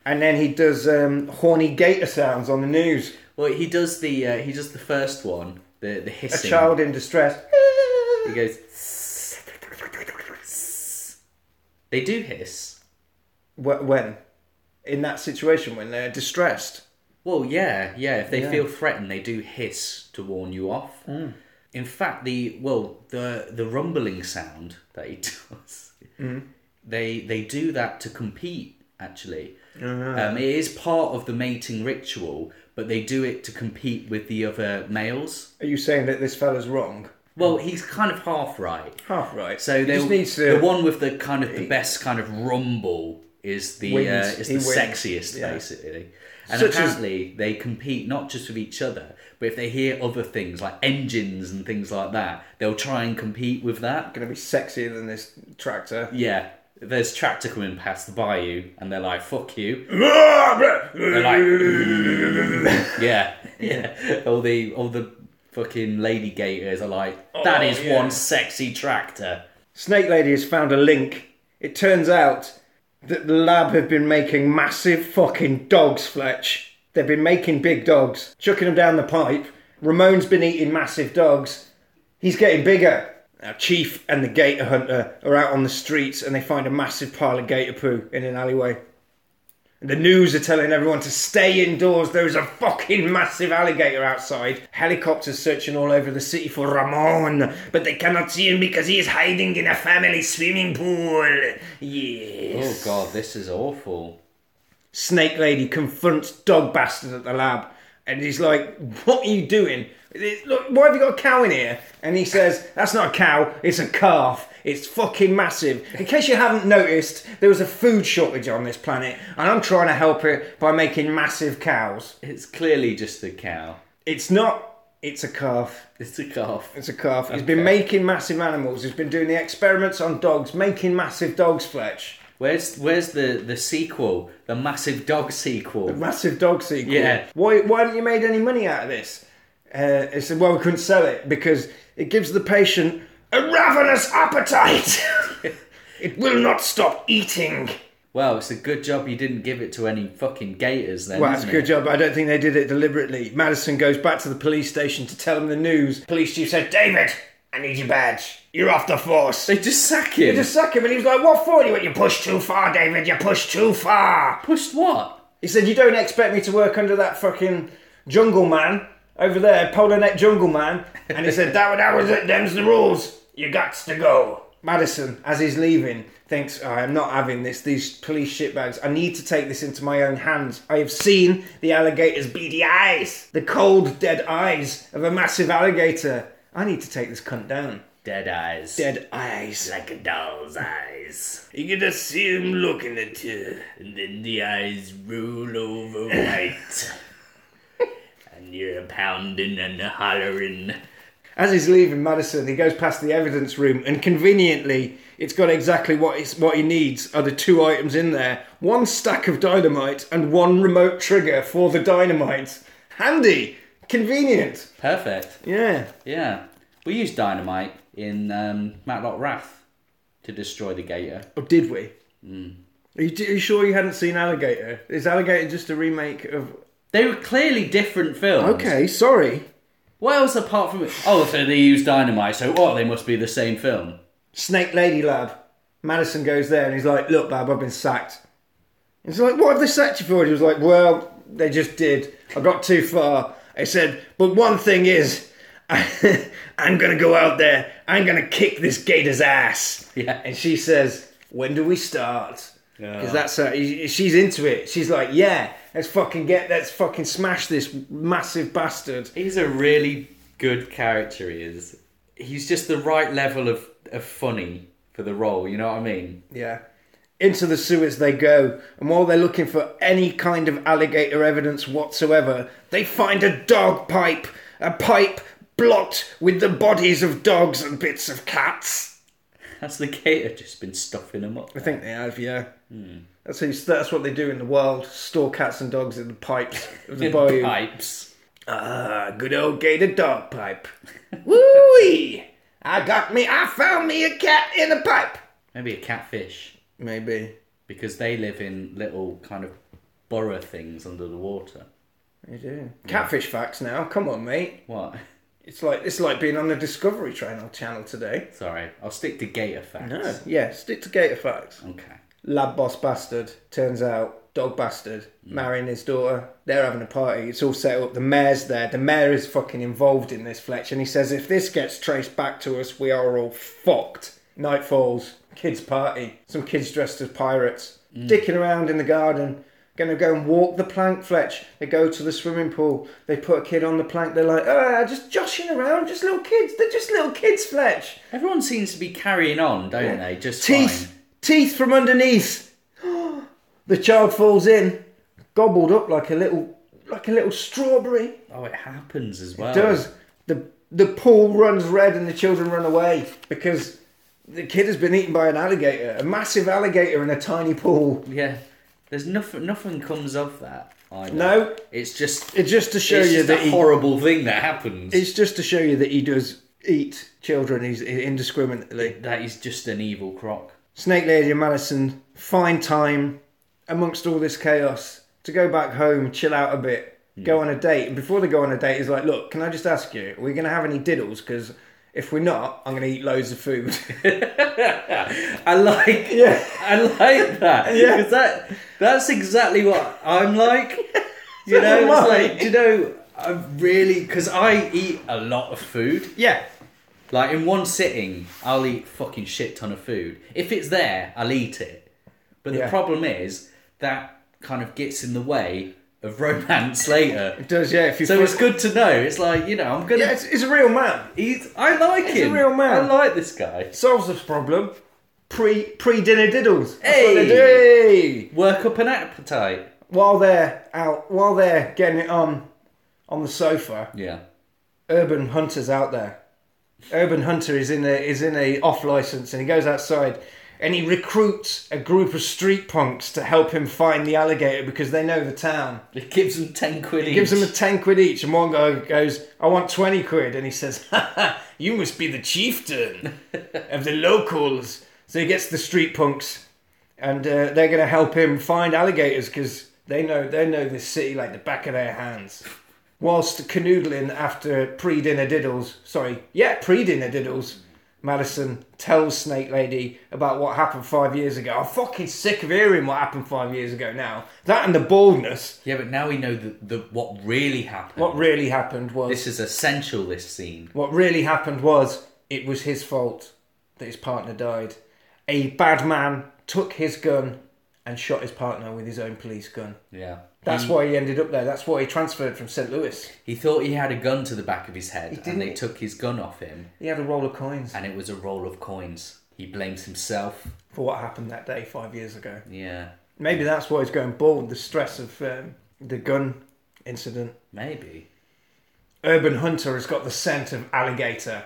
and then he does um, horny gator sounds on the news.
Well, he does the uh, he does the first one, the the hissing.
Child in distress.
He goes. "Sss." They do hiss.
Wh- When, in that situation, when they're distressed.
Well, yeah, yeah. If they feel threatened, they do hiss to warn you off. In fact, the well, the the rumbling sound that he does, they they do that to compete. Actually, um, it is part of the mating ritual, but they do it to compete with the other males.
Are you saying that this fella's wrong?
Well, he's kind of half right.
Half right.
So
he
they
just needs to.
the one with the kind of the best kind of rumble is the
Wins.
uh, is
He
the
wins.
sexiest
Yeah.
basically. And
Such as-
apparently they compete not just with each other, but if they hear other things like engines and things like that, they'll try and compete with that.
Gonna be sexier than this tractor.
Yeah. There's tractor coming past the bayou and they're like, fuck you. They're
They're
like Yeah. Yeah. All the all the fucking lady gators are like, that
Oh,
is
yeah.
one sexy tractor.
Snake Lady has found a link. It turns out that the lab have been making massive fucking dogs, Fletch. They've been making big dogs, chucking them down the pipe. Ramon's been eating massive dogs. He's getting bigger. Now, Chief and the gator hunter are out on the streets and they find a massive pile of gator poo in an alleyway. And the news are telling everyone to stay indoors. There's a fucking massive alligator outside. Helicopters searching all over the city for Ramon, but they cannot see him because he is hiding in a family swimming pool.
Oh
Yes.
god, this is awful.
Snake Lady confronts Dog Bastard at the lab and he's like, What are you doing? Look, why have you got a cow in here? And he says, That's not a cow, it's a calf. It's fucking massive. In case you haven't noticed, there was a food shortage on this planet, and I'm trying to help it by making massive cows.
It's clearly just a cow.
It's not, it's a calf.
It's a calf.
It's a calf. He's been
Okay.
making massive animals, he's been doing the experiments on dogs, making massive dogs, Fletch.
Where's where's the the sequel, the massive dog sequel?
massive dog sequel.
Yeah.
Why why haven't you made any money out of this? Uh, it said, well, we couldn't sell it because it gives the patient a ravenous appetite. it will not stop eating.
Well, it's a good job you didn't give it to any fucking gators then.
Well, that's a
isn't
good
it?
job, but I don't think they did it deliberately. Madison goes back to the police station to tell them the news. Police chief said, David, I need your badge. You're off the force.
They just sack him.
They just suck him, and he was like, What for? And he went, You pushed too far, David, you pushed too far.
pushed what?
He said, "You don't expect me to work under that fucking jungle man over there, polar neck jungle man." And he said, "That, that was it. Them's the rules. You got to go." Madison, as he's leaving, thinks, "Oh, "I'm not having this. These police shitbags. I need to take this into my own hands. I have seen the alligator's beady eyes, the cold, dead eyes of a massive alligator. I need to take this cunt down."
Dead eyes.
Dead eyes.
Like a doll's eyes.
You can just see him looking at you.
And then the eyes roll over white. and you're a pounding and a hollering.
As he's leaving Madison, he goes past the evidence room, and conveniently, it's got exactly what it's, what he needs. Are the two items in there? One stack of dynamite and one remote trigger for the dynamite. Handy, convenient.
Perfect.
Yeah.
Yeah. We used dynamite in um, Matlock Wrath to destroy the gator.
Or did we? Are, you, are you sure you hadn't seen Alligator? Is Alligator just a remake of?
They were clearly different films.
Okay, sorry.
What else apart from oh, so they use dynamite? So what? They must be the same film.
Snake Lady Lab. Madison goes there and he's like, Look, Bab, I've been sacked. He's like, What have they sacked you for? And he was like, Well, they just did. I got too far. I said, But one thing is, I'm going to go out there. I'm going to kick this gator's ass.
Yeah.
And she says, When do we start?
Yeah.
Because that's her. She's into it. She's like, Yeah, let's fucking get, let's fucking smash this massive bastard.
He's a really good character. He is. He's just the right level of, of funny for the role. You know what I mean?
Yeah. Into the sewers they go, and while they're looking for any kind of alligator evidence whatsoever, they find a dog pipe, a pipe blocked with the bodies of dogs and bits of cats.
That's the gator just been stuffing him up.
I think they have, yeah. That's, who, that's what they do in the wild store cats and dogs in the pipes of the bayou.
Pipes.
Ah, good old gator dog pipe. Woo! I got me, I found me a cat in a pipe.
Maybe a catfish
Maybe.
because they live in little kind of burrow things under the water.
They do. Catfish facts now, come on, mate.
What?
It's like it's like being on the Discovery Channel channel today.
Sorry, I'll stick to gator facts.
Yeah, stick to Gator Facts.
Okay.
Lab boss bastard turns out dog bastard marrying his daughter. They're having a party. It's all set up. The mayor's there. The mayor is fucking involved in this Fletch, and he says if this gets traced back to us, we are all fucked. Night falls. Kids party. Some kids dressed as pirates dicking around in the garden. Gonna go and walk the plank, Fletch. They go to the swimming pool. They put a kid on the plank. They're like, ah, just joshing around, just little kids. They're just little kids, Fletch.
Everyone seems to be carrying on, don't they? Just
Teeth,
fine.
teeth from underneath. The child falls in, gobbled up like a little like a little strawberry.
Oh, it happens as well.
does. The the pool runs red and the children run away because the kid has been eaten by an alligator, a massive alligator in a tiny pool.
Yeah. There's nothing. Nothing comes of that. Either.
No.
It's just.
It's just to show
it's
you
just
that
a
he,
horrible thing that happens.
it's just to show you that he does eat children he's indiscriminately.
that is just an evil croc.
Snake Lady and Madison find time amongst all this chaos to go back home, chill out a bit, go on a date. And before they go on a date, he's like, "Look, can I just ask you, are we going to have any diddles? Because if we're not, I'm going to eat loads of food."
I like
Yeah.
I like that.
Yeah.
Because that that's exactly what I'm like. You know,
am I.
it's like do you know I really because I eat a lot of food.
yeah,
Like in one sitting, I'll eat fucking shit ton of food. If it's there, I'll eat it. But the
Yeah.
problem is that kind of gets in the way of romance later.
it does. Yeah, if you
So
put-
it's good to know. It's like you know, I'm gonna
Yeah, it's, it's a real man.
eat. I like
a
him.
real man.
I like this guy.
Solves this problem. Pre pre dinner diddles. That's what they
Hey!
do.
Work up an appetite.
While they're out, while they're getting it on, on the sofa,
Yeah.
Urban Hunter's out there. Urban Hunter is in a is in a off license, and he goes outside, and he recruits a group of street punks to help him find the alligator because they know the town.
It gives them ten quid.
Gives them a ten quid each, and one guy goes, "I want twenty quid," and he says, "Ha ha, "You must be the chieftain of the locals." So he gets the street punks, and uh, they're going to help him find alligators because they know they know this city like the back of their hands. Whilst canoodling after pre-dinner diddles, sorry, yeah, pre-dinner diddles, Madison tells Snake Lady about what happened five years ago. I'm fucking sick of hearing what happened five years ago now. That and the baldness.
yeah, but now we know the, the what really happened.
What really happened was
this is essential. This scene.
What really happened was it was his fault that his partner died. A bad man took his gun and shot his partner with his own police gun.
Yeah.
That's why he ended up there. That's why he transferred from St. Louis.
He thought he had a gun to the back of his head, and they
didn't.
took his gun off him,
He had a roll of coins
and it was a roll of coins. He blames himself.
for what happened that day five years ago.
Yeah.
Maybe that's why he's going bald, the stress of um, the gun incident.
Maybe.
Urban Hunter has got the scent of alligator.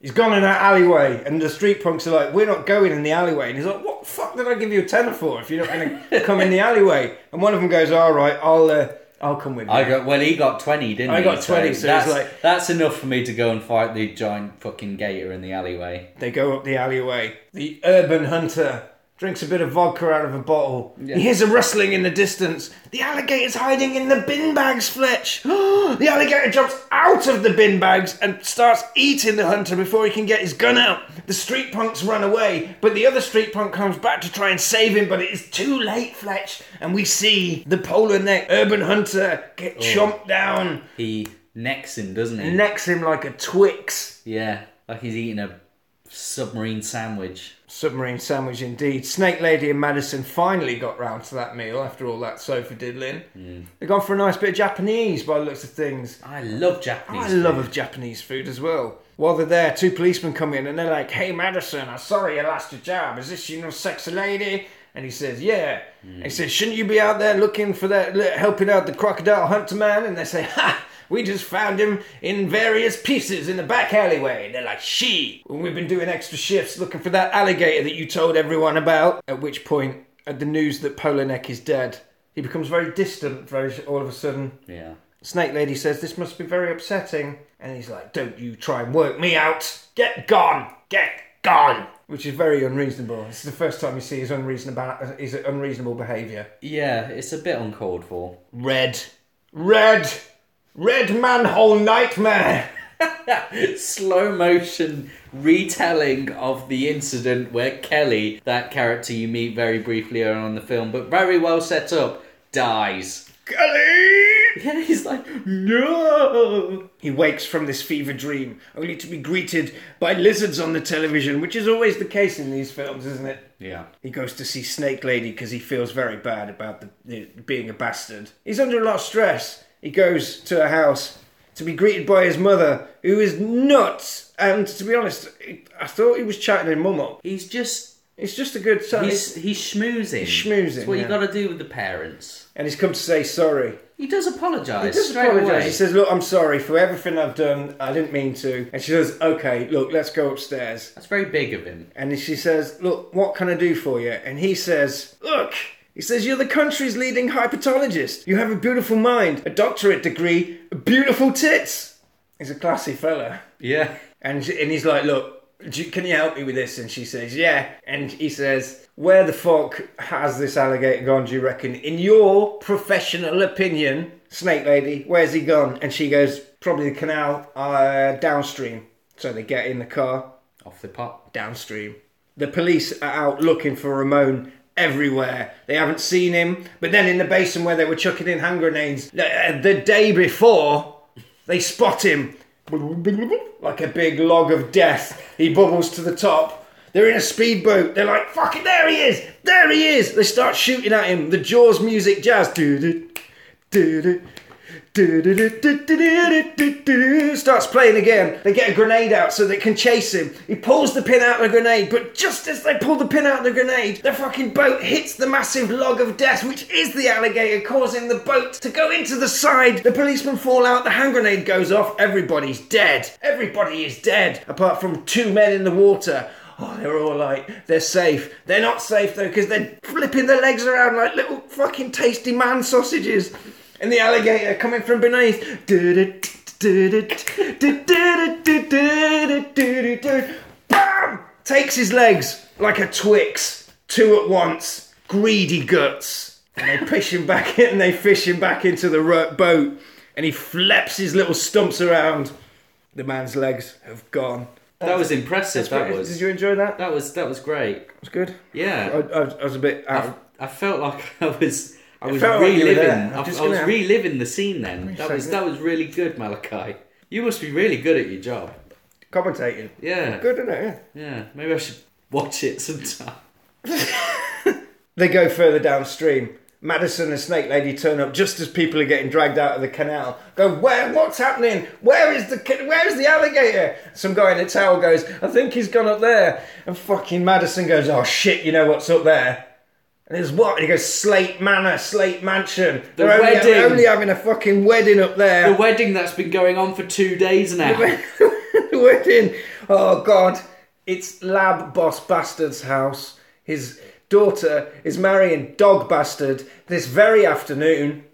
He's gone in that alleyway, and the street punks are like, "We're not going in the alleyway." And he's like, "What the fuck did I give you a tenner for if you're not going to come in the alleyway?" And one of them goes, "All right, I'll uh, I'll come with you."
I got well. He got twenty, didn't
I
he?
got 20, so it's
that's,
like-
that's enough for me to go and fight the giant fucking gator in the alleyway.
They go up the alleyway. The Urban Hunter drinks a bit of vodka out of a bottle. He hears a rustling in the distance. The alligator's hiding in the bin bags, Fletch. the alligator jumps out of the bin bags and starts eating the hunter before he can get his gun out. The street punks run away, but the other street punk comes back to try and save him, but it is too late, Fletch. And we see the polar neck Urban Hunter get chomped down,
He necks him, doesn't he?
necks him like a Twix.
yeah, like he's eating a submarine sandwich.
Submarine sandwich indeed. Snake Lady and Madison finally got round to that meal after all that sofa diddling. They've gone for a nice bit of Japanese by the looks of things.
I love Japanese.
I
food.
love of Japanese food as well. While they're there, two policemen come in and they're like, Hey Madison, I'm sorry you lost your job. Is this you know sexy lady? And he says, Yeah. And
Hmm.
he says, Shouldn't you be out there looking for that, l- helping out the crocodile hunter man? And they say, Ha! We just found him in various pieces in the back alleyway. And they're like, She! And we've been doing extra shifts looking for that alligator that you told everyone about. At which point, at the news that Polanek is dead, he becomes very distant very, all of a sudden.
Yeah.
Snake Lady says, This must be very upsetting. And he's like, Don't you try and work me out. Get gone. Get gone. Which is very unreasonable. This is the first time you see his unreasonable, his unreasonable behaviour.
Yeah, it's a bit uncalled for.
Red. Red. Red manhole nightmare.
Slow motion retelling of the incident where Kelly, that character you meet very briefly earlier on in the film, but very well set up, dies.
Kelly!
Yeah, he's like, no!
He wakes from this fever dream, only to be greeted by lizards on the television, which is always the case in these films, isn't it?
Yeah.
He goes to see Snake Lady because he feels very bad about the, the, being a bastard. He's under a lot of stress. He goes to her house to be greeted by his mother, who is nuts. And to be honest, I thought he was chatting his mum up.
He's just
It's just a good son.
He's he's schmoozing.
schmoozing,
That's what
yeah.
you got to do with the parents.
and he's come to say sorry.
He does apologise
He does
straight
apologise.
away.
He says, "Look, I'm sorry for everything I've done. I didn't mean to." And she says, "Okay, look, let's go upstairs."
That's very big of him.
And she says, "Look, what can I do for you?" And he says, "Look." He says, You're the country's leading hypatologist. You have a beautiful mind, a doctorate degree, beautiful tits. He's a classy fella.
Yeah.
And, she, and he's like, Look, do you- can you help me with this? And she says, Yeah. And he says, Where the fuck has this alligator gone, do you reckon? In your professional opinion, Snake Lady, where's he gone? And she goes, Probably the canal uh, downstream. So they get in the car
Off the pot.
downstream. The police are out looking for Ramon everywhere. They haven't seen him, but then in the basin where they were chucking in hand grenades uh, the day before, they spot him like a big log of death. He bubbles to the top. They're in a speedboat. They're like, fucking, there he is! There he is! They start shooting at him. The Jaws music jazz. Doo-doo, doo-doo, doo-doo-doo-doo-doo-doo-doo-doo-doo. Starts playing again. They get a grenade out so they can chase him. He pulls the pin out of the grenade, but just as they pull the pin out of the grenade, the fucking boat hits the massive log of death, which is the alligator, causing the boat to go into the side. The policemen fall out, the hand grenade goes off, everybody's dead. Everybody is dead, apart from two men in the water. Oh, they're all like, they're safe. They're not safe though, because they're flipping their legs around like little fucking tasty man sausages. And the alligator coming from beneath. Bam! Takes his legs like a Twix. Two at once. Greedy guts. And they push him back in and they fish him back into the ro- boat. And he flaps his little stumps around. The man's legs have gone.
That was impressive. That
Did
was.
you enjoy that? That
That was that was great.
was good. I,
Yeah.
I, was- I was a bit out.
I, I felt like I was. I was
felt like you were
reliving.
there. I'm
I, I was
just gonna-
reliving the scene then. That was
second.
that was really good, Malachi. You must be really good at your job.
commentating.
Yeah.
Good, isn't it? Yeah.
Yeah. Maybe I should watch it sometime.
They go further downstream. Madison and Snake Lady turn up just as people are getting dragged out of the canal. Go, where? What's happening? Where is the ca- where is the alligator? Some guy in a towel goes, I think he's gone up there. And fucking Madison goes, oh shit, you know what's up there? And it's what? And he goes, Slate Manor, Slate Mansion. They're only,
wedding.
they're only having a fucking wedding up there.
The wedding that's been going on for two days now.
The wedding. Oh God! It's Lab Boss Bastard's house. His daughter is marrying Dog Bastard this very afternoon.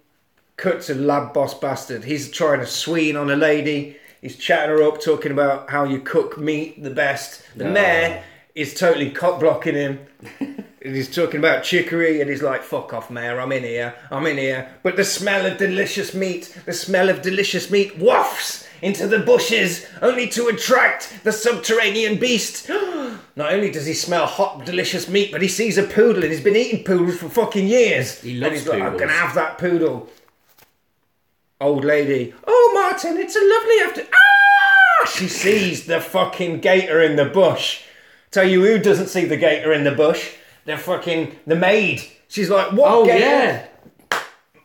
Cut to Lab Boss Bastard. He's trying to sween on a lady. He's chatting her up, talking about how you cook meat the best. The mayor is totally cock blocking him. And he's talking about chicory and he's like, fuck off, mayor, I'm in here, I'm in here. But the smell of delicious meat, the smell of delicious meat wafts into the bushes, only to attract the subterranean beast. Not only does he smell hot, delicious meat, but he sees a poodle and he's been eating poodles for fucking years.
He loves
and he's like, I'm
poodles.
gonna have that poodle. Old lady, oh, Martin, it's a lovely after. Ah! She sees the fucking gator in the bush. Tell you who doesn't see the gator in the bush? The fucking the maid. She's like, what?
Oh
gator?
yeah.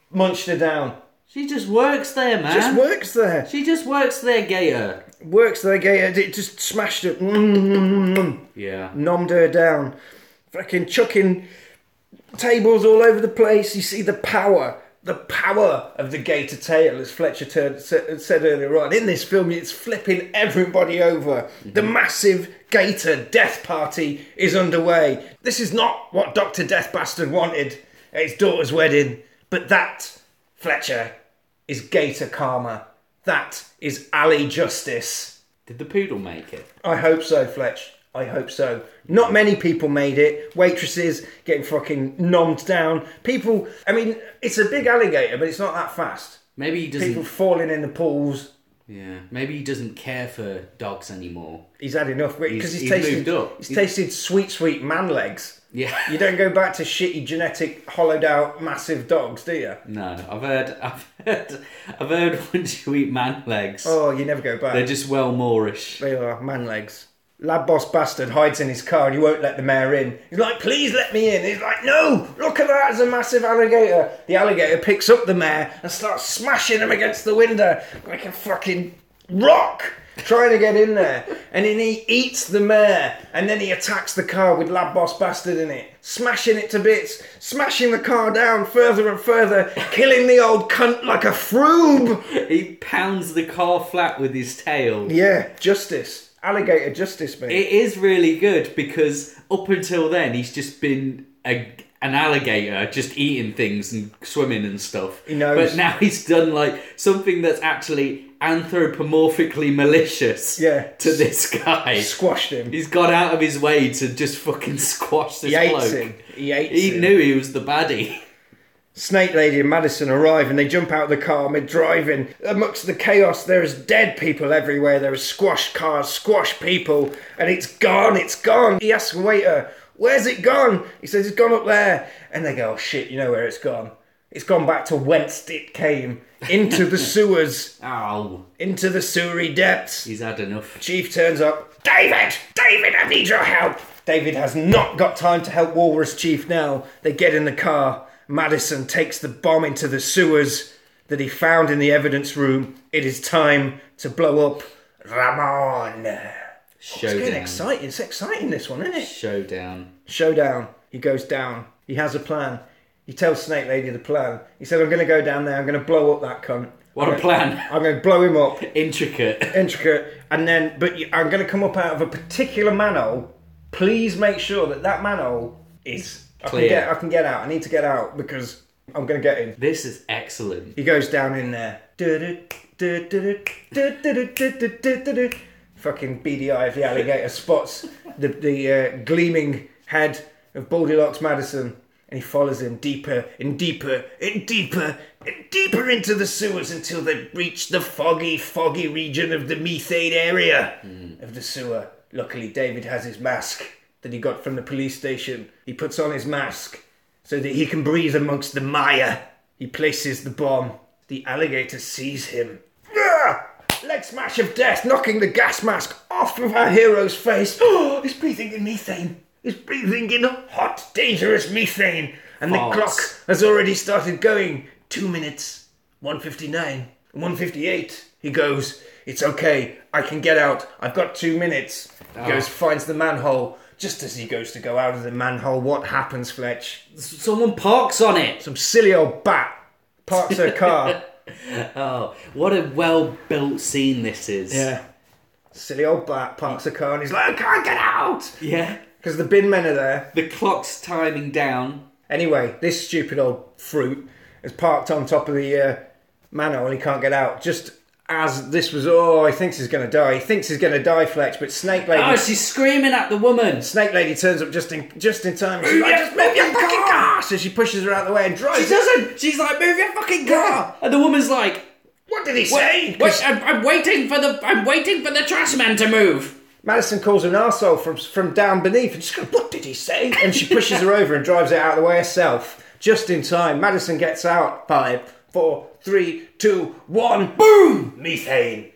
Munched her down.
She just works there, man.
Just works there.
She just works there, Gator.
Works there, gator. It just smashed her. Mm-hmm. Mm-mm-mm-mm.
Yeah.
Nommed her down. Fucking chucking tables all over the place. You see the power. The power of the gator tail, as Fletcher turned, said said earlier on. In this film, it's flipping everybody over. The massive gator death party is underway. This is not what Dr. Death Bastard wanted at his daughter's wedding, but that, Fletcher, is gator karma. That is alley justice.
Did the poodle make it?
I hope so, Fletch. I hope so. Not many people made it. Waitresses getting fucking nommed down. People, I mean, it's a big alligator, but it's not that fast.
Maybe he doesn't.
People falling in the pools.
Yeah. Maybe he doesn't care for dogs anymore.
He's had enough because he's,
he's
tasted.
moved up.
He's
He's-
tasted sweet, sweet man legs.
Yeah.
You don't go back to shitty genetic, hollowed out, massive dogs, do you?
No, I've heard, I've heard, I've heard. Once you eat man legs,
Oh, you never go back.
they're just well Moorish.
They are man legs. Lab boss bastard hides in his car and he won't let the mayor in. He's like, please let me in. He's like, no, look at that, it's a massive alligator. The alligator picks up the mayor and starts smashing him against the window like a fucking rock. trying to get in there. And then he eats the mare, and then he attacks the car with Lab Boss Bastard in it, smashing it to bits, smashing the car down further and further, killing the old cunt like a froob.
He pounds the car flat with his tail.
Yeah, justice. Alligator justice, mate.
It is really good because up until then he's just been a, an alligator, just eating things and swimming and stuff.
He knows.
But now he's done like something that's actually anthropomorphically malicious.
Yeah.
To this guy,
Squashed him.
he's gone out of his way to just fucking squash this
He hates
bloke.
him. He hates
He
him.
knew he was the baddie.
Snake Lady and Madison arrive and they jump out of the car mid driving. Amongst the chaos, there is dead people everywhere. There is squashed cars, squashed people, and it's gone, it's gone. He asks the waiter, Where's it gone? He says, It's gone up there. And they go, Oh shit, you know where it's gone. It's gone back to whence it came into the sewers,
Ow!
into the sewery depths.
He's had enough.
Chief turns up. David! David, I need your help! David has not got time to help Walrus Chief now. They get in the car. Madison takes the bomb into the sewers that he found in the evidence room. It is time to blow up Ramon. It's getting
Showdown.
exciting. It's exciting, this one, isn't it?
Showdown.
Showdown. He goes down. He has a plan. He tells Snake Lady the plan. He said, I'm going to go down there. I'm going to blow up that cunt.
What a plan!
I'm going to blow him up
Intricate.
intricate, and then but you, I'm going to come up out of a particular manhole. Please make sure that that manhole is I Can
Clear.
get, I can get out. I need to get out because I'm going to get in.
This is excellent.
He goes down in there. Fucking beady eye of the alligator spots the the uh, gleaming head of Baldylock's Madison, and he follows him deeper and deeper and deeper and deeper into the sewers until they reach the foggy, foggy region of the methane area of the sewer. Luckily, David has his mask that he got from the police station. He puts on his mask so that he can breathe amongst the mire. He places the bomb. The alligator sees him. Ah! Leg smash of death, knocking the gas mask off of our hero's face. Oh, he's breathing in methane. He's breathing in hot, dangerous methane. And
Farts.
the clock has already started going. Two minutes, 159, 158. He goes, It's okay, I can get out. I've got two minutes. He goes, finds the manhole. Just as he goes to go out of the manhole, what happens, Fletch?
Someone parks on it.
some silly old bat parks her car.
Oh, what a well-built scene this is.
Silly old bat parks her car and he's like, I can't get out!
Yeah.
Because the bin men are there.
The clock's timing down.
Anyway, this stupid old fruit is parked on top of the uh, manhole and he can't get out. Just as this was, oh, he thinks he's going to die. He thinks he's going to die, Fletch, but Snake Lady.
Oh, she's screaming at the woman.
Snake Lady turns up just in just in time. She's like,
your
just move your
fucking
fucking
car!"
car! So she pushes her out of the way and drives.
She doesn't. She's like, move your fucking car. And the woman's like,
What did he say?
wait, wait, I'm, I'm waiting for the, I'm waiting for the trash man to move.
Madison calls her an arsehole from, from down beneath and she's goes, What did he say? And she pushes her over and drives it out of the way herself. Just in time, Madison gets out. Five, four, three, two, one, boom! Methane.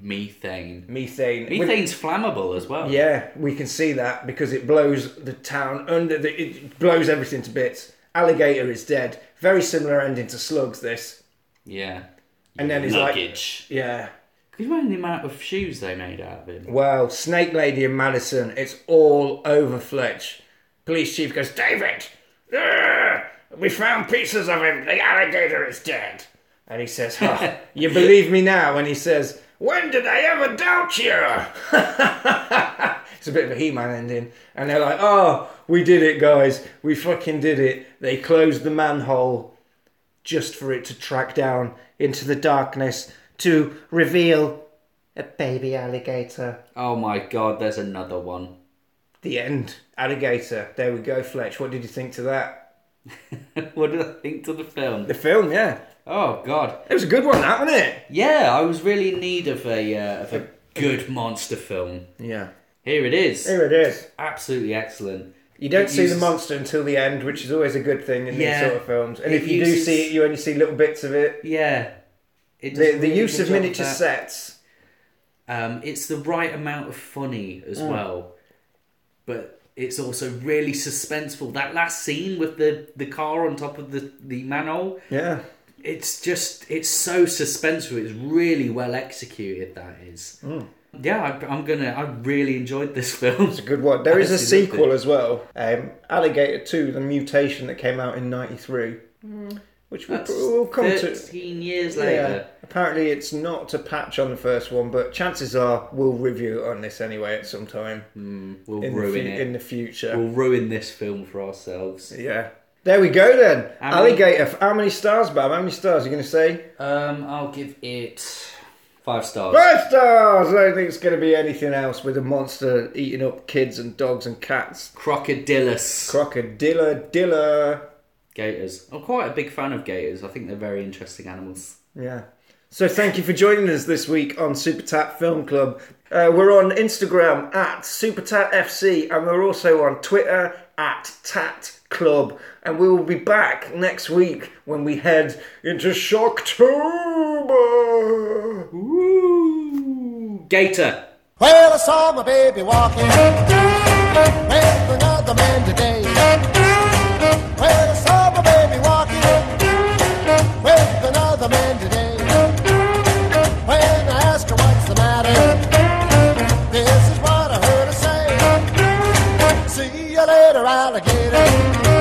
Methane.
Methane. We-
Methane's flammable as well.
yeah, we can see that because it blows the town under, the, it blows everything to bits. Alligator is dead. Very similar ending to Slugs, this.
Yeah.
And then he's like,
Luggage.
Yeah.
Could you imagine the amount of shoes they made out of him?
Well, Snake Lady and Madison, it's all over Fletch. Police chief goes, David, Ugh! we found pieces of him. The alligator is dead. And he says, "Huh, You believe me now? And he says, When did I ever doubt you? it's a bit of a He Man ending. And they're like, Oh, we did it, guys. We fucking did it. They closed the manhole just for it to track down into the darkness to reveal a baby alligator.
Oh my god, there's another one.
The end. Alligator. There we go, Fletch. What did you think to that?
what did I think to the film?
The film, yeah.
Oh god.
It was a good one, that wasn't it?
Yeah, I was really in need of a uh, of a good monster film.
Yeah.
Here it is.
Here it is.
Absolutely excellent.
You don't
It
see the
uses-
monster until the end, which is always a good thing in these
Yeah.
sort of films. And
It
if you do
uses-
see it, you only see little bits of it.
Yeah. It does
The,
a
the
really
use
good
of
job
miniature
that.
sets.
Um, it's the right amount of funny as
Hmm.
well, but it's also really suspenseful. That last scene with the, the car on top of the the manhole,
Yeah.
it's just it's so suspenseful. It's really well executed. That is. Yeah, I, I'm gonna. I really enjoyed this film.
Hmm. It's a good one. There is a
Absolutely.
sequel as well, um, Alligator Two: The Mutation, that came out in '93, Mm-hmm. which we'll,
That's
we'll come to.
Thirteen years later.
Apparently, it's not to patch on the first one, but chances are we'll review it on this anyway at some time
We'll
in, the,
ruin
fu-
it.
in the future.
We'll ruin this film for ourselves.
Yeah. There we go then.
How many-
Alligator. How many stars, Bab? How many stars are you going to say?
Um, I'll give it five stars.
Five stars! I don't think it's going to be anything else with a monster eating up kids and dogs and cats.
Crocodilus.
Crocodilla, dilla.
gators. I'm quite a big fan of gators. I think they're very interesting animals.
Yeah. So thank you for joining us this week on Super Tap Film Club. Uh, we're on Instagram at SupertatFC and we're also on Twitter at Tat Club. And we will be back next week when we head into Shocktober.
Ooh, gator.
Well, I saw my baby walking with another man today. Well, I saw my baby walking with another man today. When I asked her what's the matter, this is what I heard her say. See you later, alligator.